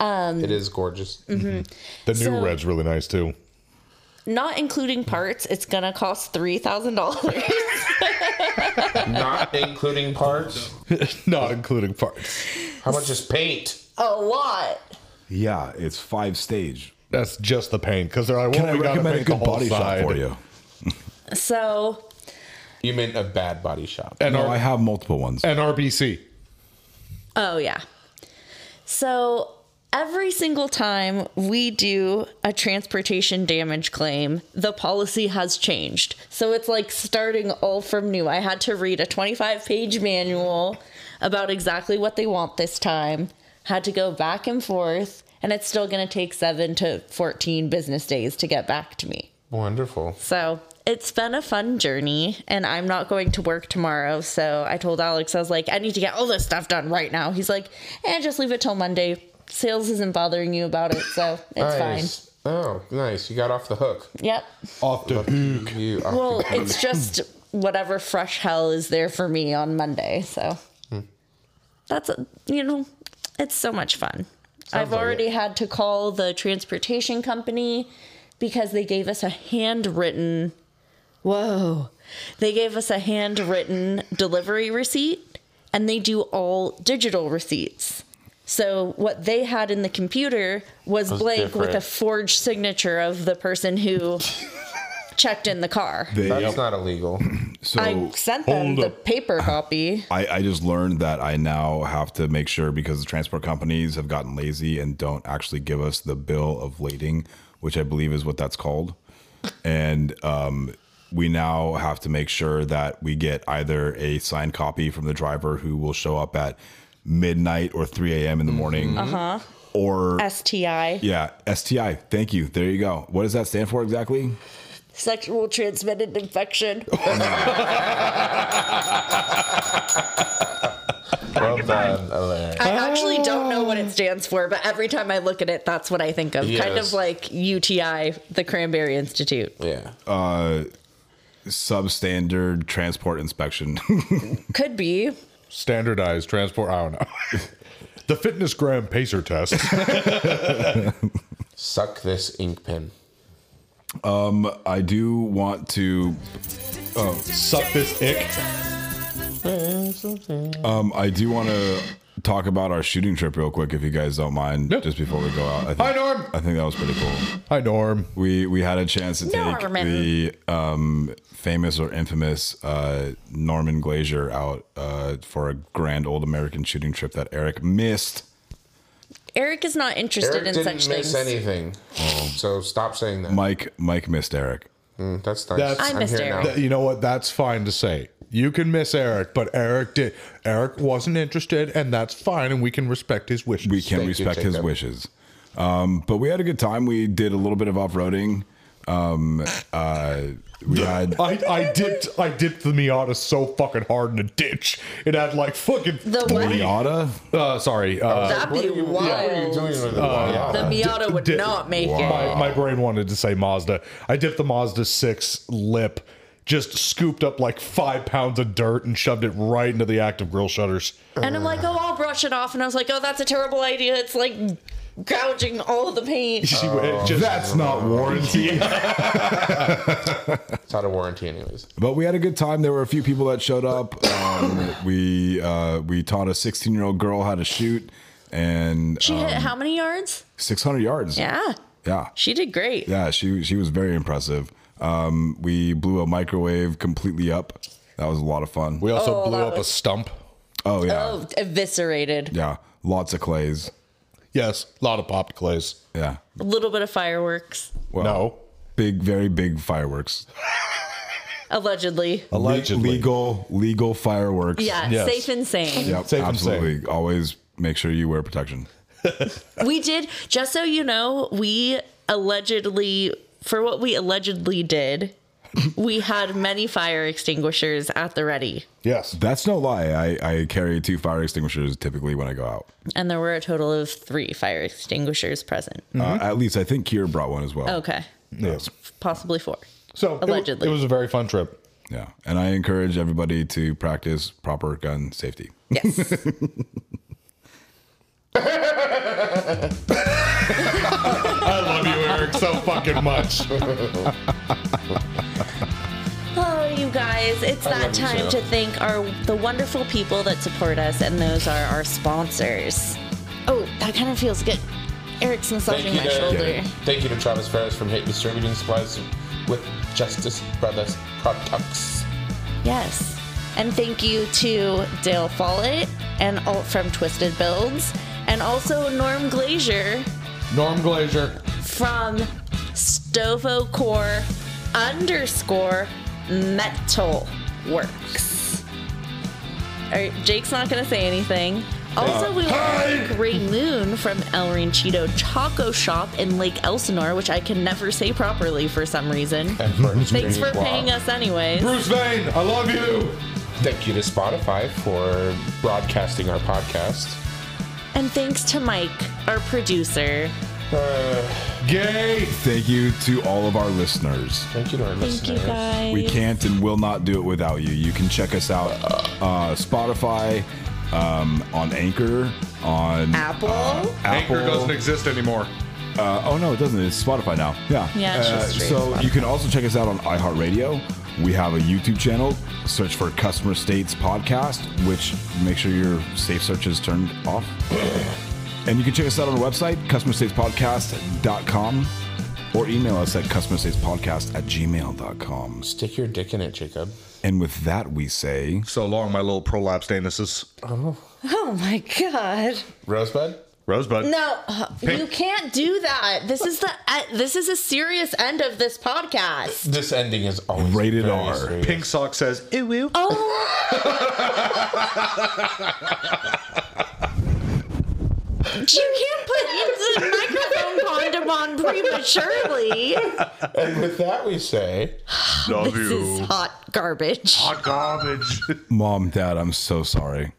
Speaker 3: It is gorgeous.
Speaker 5: Mm-hmm.
Speaker 4: The new
Speaker 5: So-
Speaker 4: red's really nice too. [laughs]
Speaker 5: Not including parts, it's gonna cost three thousand dollars. [laughs]
Speaker 3: Not including parts.
Speaker 4: Not including parts.
Speaker 3: How much is paint?
Speaker 5: a lot.
Speaker 9: Yeah, it's five stage.
Speaker 4: That's just the paint because they're like,
Speaker 9: Can
Speaker 4: well, we
Speaker 9: I
Speaker 4: got to
Speaker 9: recommend a
Speaker 4: paint the
Speaker 9: good
Speaker 4: whole
Speaker 9: body
Speaker 4: side.
Speaker 9: shop for you?
Speaker 5: So
Speaker 3: You meant a bad body shop.
Speaker 4: And,
Speaker 9: No,
Speaker 4: R-
Speaker 9: I have multiple ones.
Speaker 4: and RBC.
Speaker 5: Oh, yeah. So every single time we do a transportation damage claim, the policy has changed. So it's like starting all from new. I had to read a 25 page manual about exactly what they want this time, had to go back and forth, and it's still going to take seven to 14 business days to get back to me.
Speaker 3: Wonderful.
Speaker 5: So it's been a fun journey, and I'm not going to work tomorrow. So I told Alex, I was like, I need to get all this stuff done right now. He's like, eh, just leave it till Monday. Sales isn't bothering you about it, so it's fine.
Speaker 3: nice. Oh, nice. You got off the hook.
Speaker 5: Yep.
Speaker 13: Off the hook.
Speaker 3: You off
Speaker 5: Well,
Speaker 3: the hook.
Speaker 5: it's just whatever fresh hell is there for me on Monday. So
Speaker 3: Hmm.
Speaker 5: that's, a, you know, it's so much fun. I've
Speaker 3: like
Speaker 5: already had to call the transportation company because they gave us a handwritten, whoa, they gave us a handwritten delivery receipt and they do all digital receipts. So what they had in the computer was,
Speaker 3: Was
Speaker 5: blank with a
Speaker 3: different.
Speaker 5: forged signature of the person who
Speaker 3: [laughs]
Speaker 5: checked in the car.
Speaker 3: That's not illegal.
Speaker 9: So
Speaker 5: I sent them
Speaker 9: hold
Speaker 5: the
Speaker 9: up.
Speaker 5: paper copy.
Speaker 9: I, I just learned that I now have to make sure because the transport companies have gotten lazy and don't actually give us the bill of lading, which I believe is what that's called. And um, we now have to make sure that we get either a signed copy from the driver who will show up at midnight or 3 a.m. in the morning, uh-huh. or
Speaker 5: STI,
Speaker 9: yeah, STI. Thank you. There you go. What does that stand for exactly?
Speaker 5: sexual transmitted infection.
Speaker 3: Well done, Alaire.
Speaker 5: I actually don't know what
Speaker 3: Ah.
Speaker 5: it stands for, but every time I look at it, that's what I think of. Kind
Speaker 3: Yes.
Speaker 5: of like UTI, the Cranberry Institute.
Speaker 3: Yeah.
Speaker 9: Uh, substandard transport inspection. [laughs]
Speaker 5: Could be.
Speaker 4: Standardized transport. I don't know. [laughs] the fitness gram
Speaker 5: [laughs]
Speaker 4: pacer test.
Speaker 3: Suck this ink pen.
Speaker 9: I do want to
Speaker 4: Suck this ick.
Speaker 9: Um, I do want to talk about our shooting trip real quick, if you guys don't mind,
Speaker 4: Yeah.
Speaker 9: just before we go out. I think,
Speaker 4: Hi, Norm.
Speaker 9: I think that was pretty cool.
Speaker 4: Hi, Norm.
Speaker 9: We we had a chance to take
Speaker 5: Norman.
Speaker 9: the um, famous or infamous uh, Norman Glazier out uh, for a grand old American shooting trip that Eric missed.
Speaker 5: Eric is not interested
Speaker 3: Eric
Speaker 5: in
Speaker 3: didn't
Speaker 5: such
Speaker 3: miss
Speaker 5: things.
Speaker 3: anything. So stop saying that.
Speaker 9: Mike, Mike missed Eric.
Speaker 3: Mm, that's nice.
Speaker 4: That's- I
Speaker 3: I'm
Speaker 5: missed
Speaker 3: here
Speaker 5: Eric.
Speaker 3: now.
Speaker 4: Th- you know what? That's fine to say. You can miss Eric, but Eric did. Eric wasn't interested, and that's fine, and we can respect his wishes.
Speaker 9: We can
Speaker 3: Thank you,
Speaker 9: respect his
Speaker 3: Jacob.
Speaker 9: wishes. Um, but we had a good time. We did a little bit of off roading. Um, uh, we had
Speaker 4: I, I dipped I dipped the Miata so fucking hard in a ditch. It had like fucking
Speaker 5: The what?
Speaker 4: forty.
Speaker 9: Miata.
Speaker 4: Uh, sorry, uh,
Speaker 5: That'd be wild.
Speaker 3: What are you doing with Uh, the
Speaker 5: the Miata would
Speaker 4: d-
Speaker 5: not make
Speaker 4: my,
Speaker 5: it.
Speaker 4: my brain wanted to say Mazda. I dipped the Mazda six lip, just scooped up like five pounds of dirt and shoved it right into the active grill shutters.
Speaker 5: And I'm like, oh, I'll brush it off. And I was like, oh, that's a terrible idea. It's like gouging all
Speaker 3: [laughs]
Speaker 5: the paint.
Speaker 4: She- it just-
Speaker 9: That's not [laughs] warranty.
Speaker 3: It's out of warranty, anyways.
Speaker 9: But we had a good time. There were a few people that showed up. Um, we uh, we taught a 16 year old girl how to shoot and
Speaker 5: She
Speaker 9: uh,
Speaker 5: hit how many yards?
Speaker 9: 600 yards.
Speaker 5: Yeah,
Speaker 9: yeah,
Speaker 5: she did great.
Speaker 9: Yeah, She she was very impressive. Um, we blew a microwave completely up. That was a lot of fun.
Speaker 4: We also
Speaker 5: Oh,
Speaker 4: blew
Speaker 5: that
Speaker 4: up a
Speaker 5: was-
Speaker 4: stump.
Speaker 9: Oh yeah,
Speaker 5: Oh, eviscerated.
Speaker 9: yeah, lots of clays.
Speaker 4: Yes, a lot of popped clays.
Speaker 9: Yeah,
Speaker 5: A little bit of fireworks,
Speaker 9: well,
Speaker 4: No.
Speaker 9: big, very big fireworks.
Speaker 5: allegedly.
Speaker 9: Oh,
Speaker 4: Allegedly.
Speaker 9: legal, legal fireworks.
Speaker 5: Yeah,
Speaker 4: Yes.
Speaker 5: safe and sane.
Speaker 4: Safe
Speaker 9: Yep,
Speaker 4: and sane.
Speaker 9: absolutely. Always make sure you wear protection.
Speaker 5: We did, just so you know, we allegedly, for what we allegedly did, we had many fire extinguishers at the ready.
Speaker 4: Yes.
Speaker 9: That's no lie. I, I carry two fire extinguishers typically when I go out.
Speaker 5: And there were a total of three fire extinguishers present.
Speaker 9: Uh, at least I think Kier brought one as well.
Speaker 5: Okay,
Speaker 4: Yes.
Speaker 5: possibly four.
Speaker 4: So it wa-
Speaker 5: Allegedly.
Speaker 4: it was a very fun trip.
Speaker 9: Yeah. And I encourage everybody to practice proper gun safety.
Speaker 5: Yes.
Speaker 4: I love you, Eric, so fucking much.
Speaker 5: Oh, you guys, it's that time to thank our the wonderful people that support us, and those are our sponsors. Oh, that kind of feels good. Eric's massaging
Speaker 3: Thank you,
Speaker 5: my
Speaker 3: to,
Speaker 5: shoulder.
Speaker 3: thank you to Travis Ferris from Hit Distributing Supplies with Justice Brothers Products.
Speaker 5: Yes. And thank you to Dale Follett and Alt from Twisted Builds, and also Norm Glazier
Speaker 4: Norm Glazier.
Speaker 5: from Stovocore underscore metal works. All right, Jake's not going to say anything. Also, we want to thank Ray Moon from El Ranchito Choco Shop in Lake Elsinore, which I can never say properly for some reason.
Speaker 3: And for
Speaker 5: Thanks for paying us, anyways.
Speaker 4: Bruce Vane, I love you.
Speaker 3: Thank you to Spotify for broadcasting our podcast.
Speaker 5: And thanks to Mike, our producer.
Speaker 3: Uh,
Speaker 4: Gay.
Speaker 9: Thank you to all of our listeners.
Speaker 3: Thank you to our
Speaker 5: Thank you
Speaker 3: listeners.
Speaker 5: guys.
Speaker 9: We can't and will not do it without you. You can check us out uh, Spotify, um, on Anchor, on
Speaker 5: Apple?
Speaker 9: uh, Apple.
Speaker 4: Anchor doesn't exist anymore.
Speaker 9: Uh, oh no, it doesn't. It's Spotify now. Yeah. Uh,
Speaker 5: Yeah, it's just straight
Speaker 9: so you can also check us out on iHeartRadio. We have a YouTube channel. Search for Customer States Podcast, which make sure your safe search is turned
Speaker 5: [coughs]
Speaker 9: off. and you can check us out on our website, customerstatespodcast.com, or email us at customerstatespodcast at gmail.com.
Speaker 3: Stick your dick in it, Jacob.
Speaker 9: And with that, we say,
Speaker 4: [laughs] So long, my little prolapsed anuses.
Speaker 5: Oh my God.
Speaker 3: Rosebud?
Speaker 4: Rosebud.
Speaker 5: No, uh, you can't do that. This is the uh, this is a serious end of this podcast.
Speaker 3: This ending is always
Speaker 9: Rated
Speaker 3: very
Speaker 9: R.
Speaker 3: serious.
Speaker 4: Pink Sock says, ew, ew.
Speaker 5: [laughs] You can't put into microphone condom on prematurely.
Speaker 3: And with that, we say.
Speaker 4: Love
Speaker 5: Oh, This is hot garbage.
Speaker 4: Hot garbage.
Speaker 9: Mom, Dad, I'm so sorry.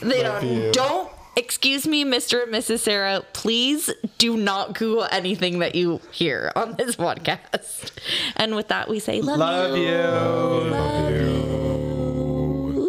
Speaker 5: They don't, don't excuse me, Mr. and Mrs. Sarah. Please do not Google anything that you hear on this podcast. And with that, we say love, you.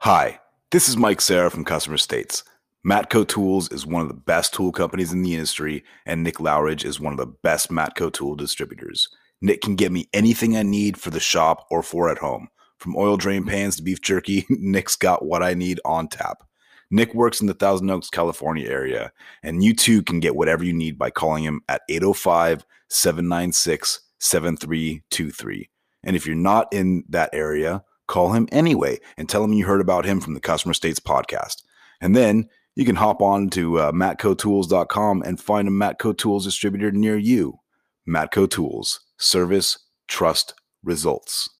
Speaker 1: Hi, this is Mike Sarah from Customer States. Matco Tools is one of the best tool companies in the industry, and Nick Lowridge is one of the best Matco tool distributors. Nick can get me anything I need for the shop or for at home. From oil drain pans to beef jerky, [laughs] Nick's got what I need on tap. Nick works in the Thousand Oaks, California area, and you too can get whatever you need by calling him at 805 796 7323. And if you're not in that area, call him anyway and tell him you heard about him from the Customer States podcast. And then
Speaker 9: you can hop on to uh, mattcotools.com and find a Matco Tools distributor near you. Matco Tools, service, trust, results.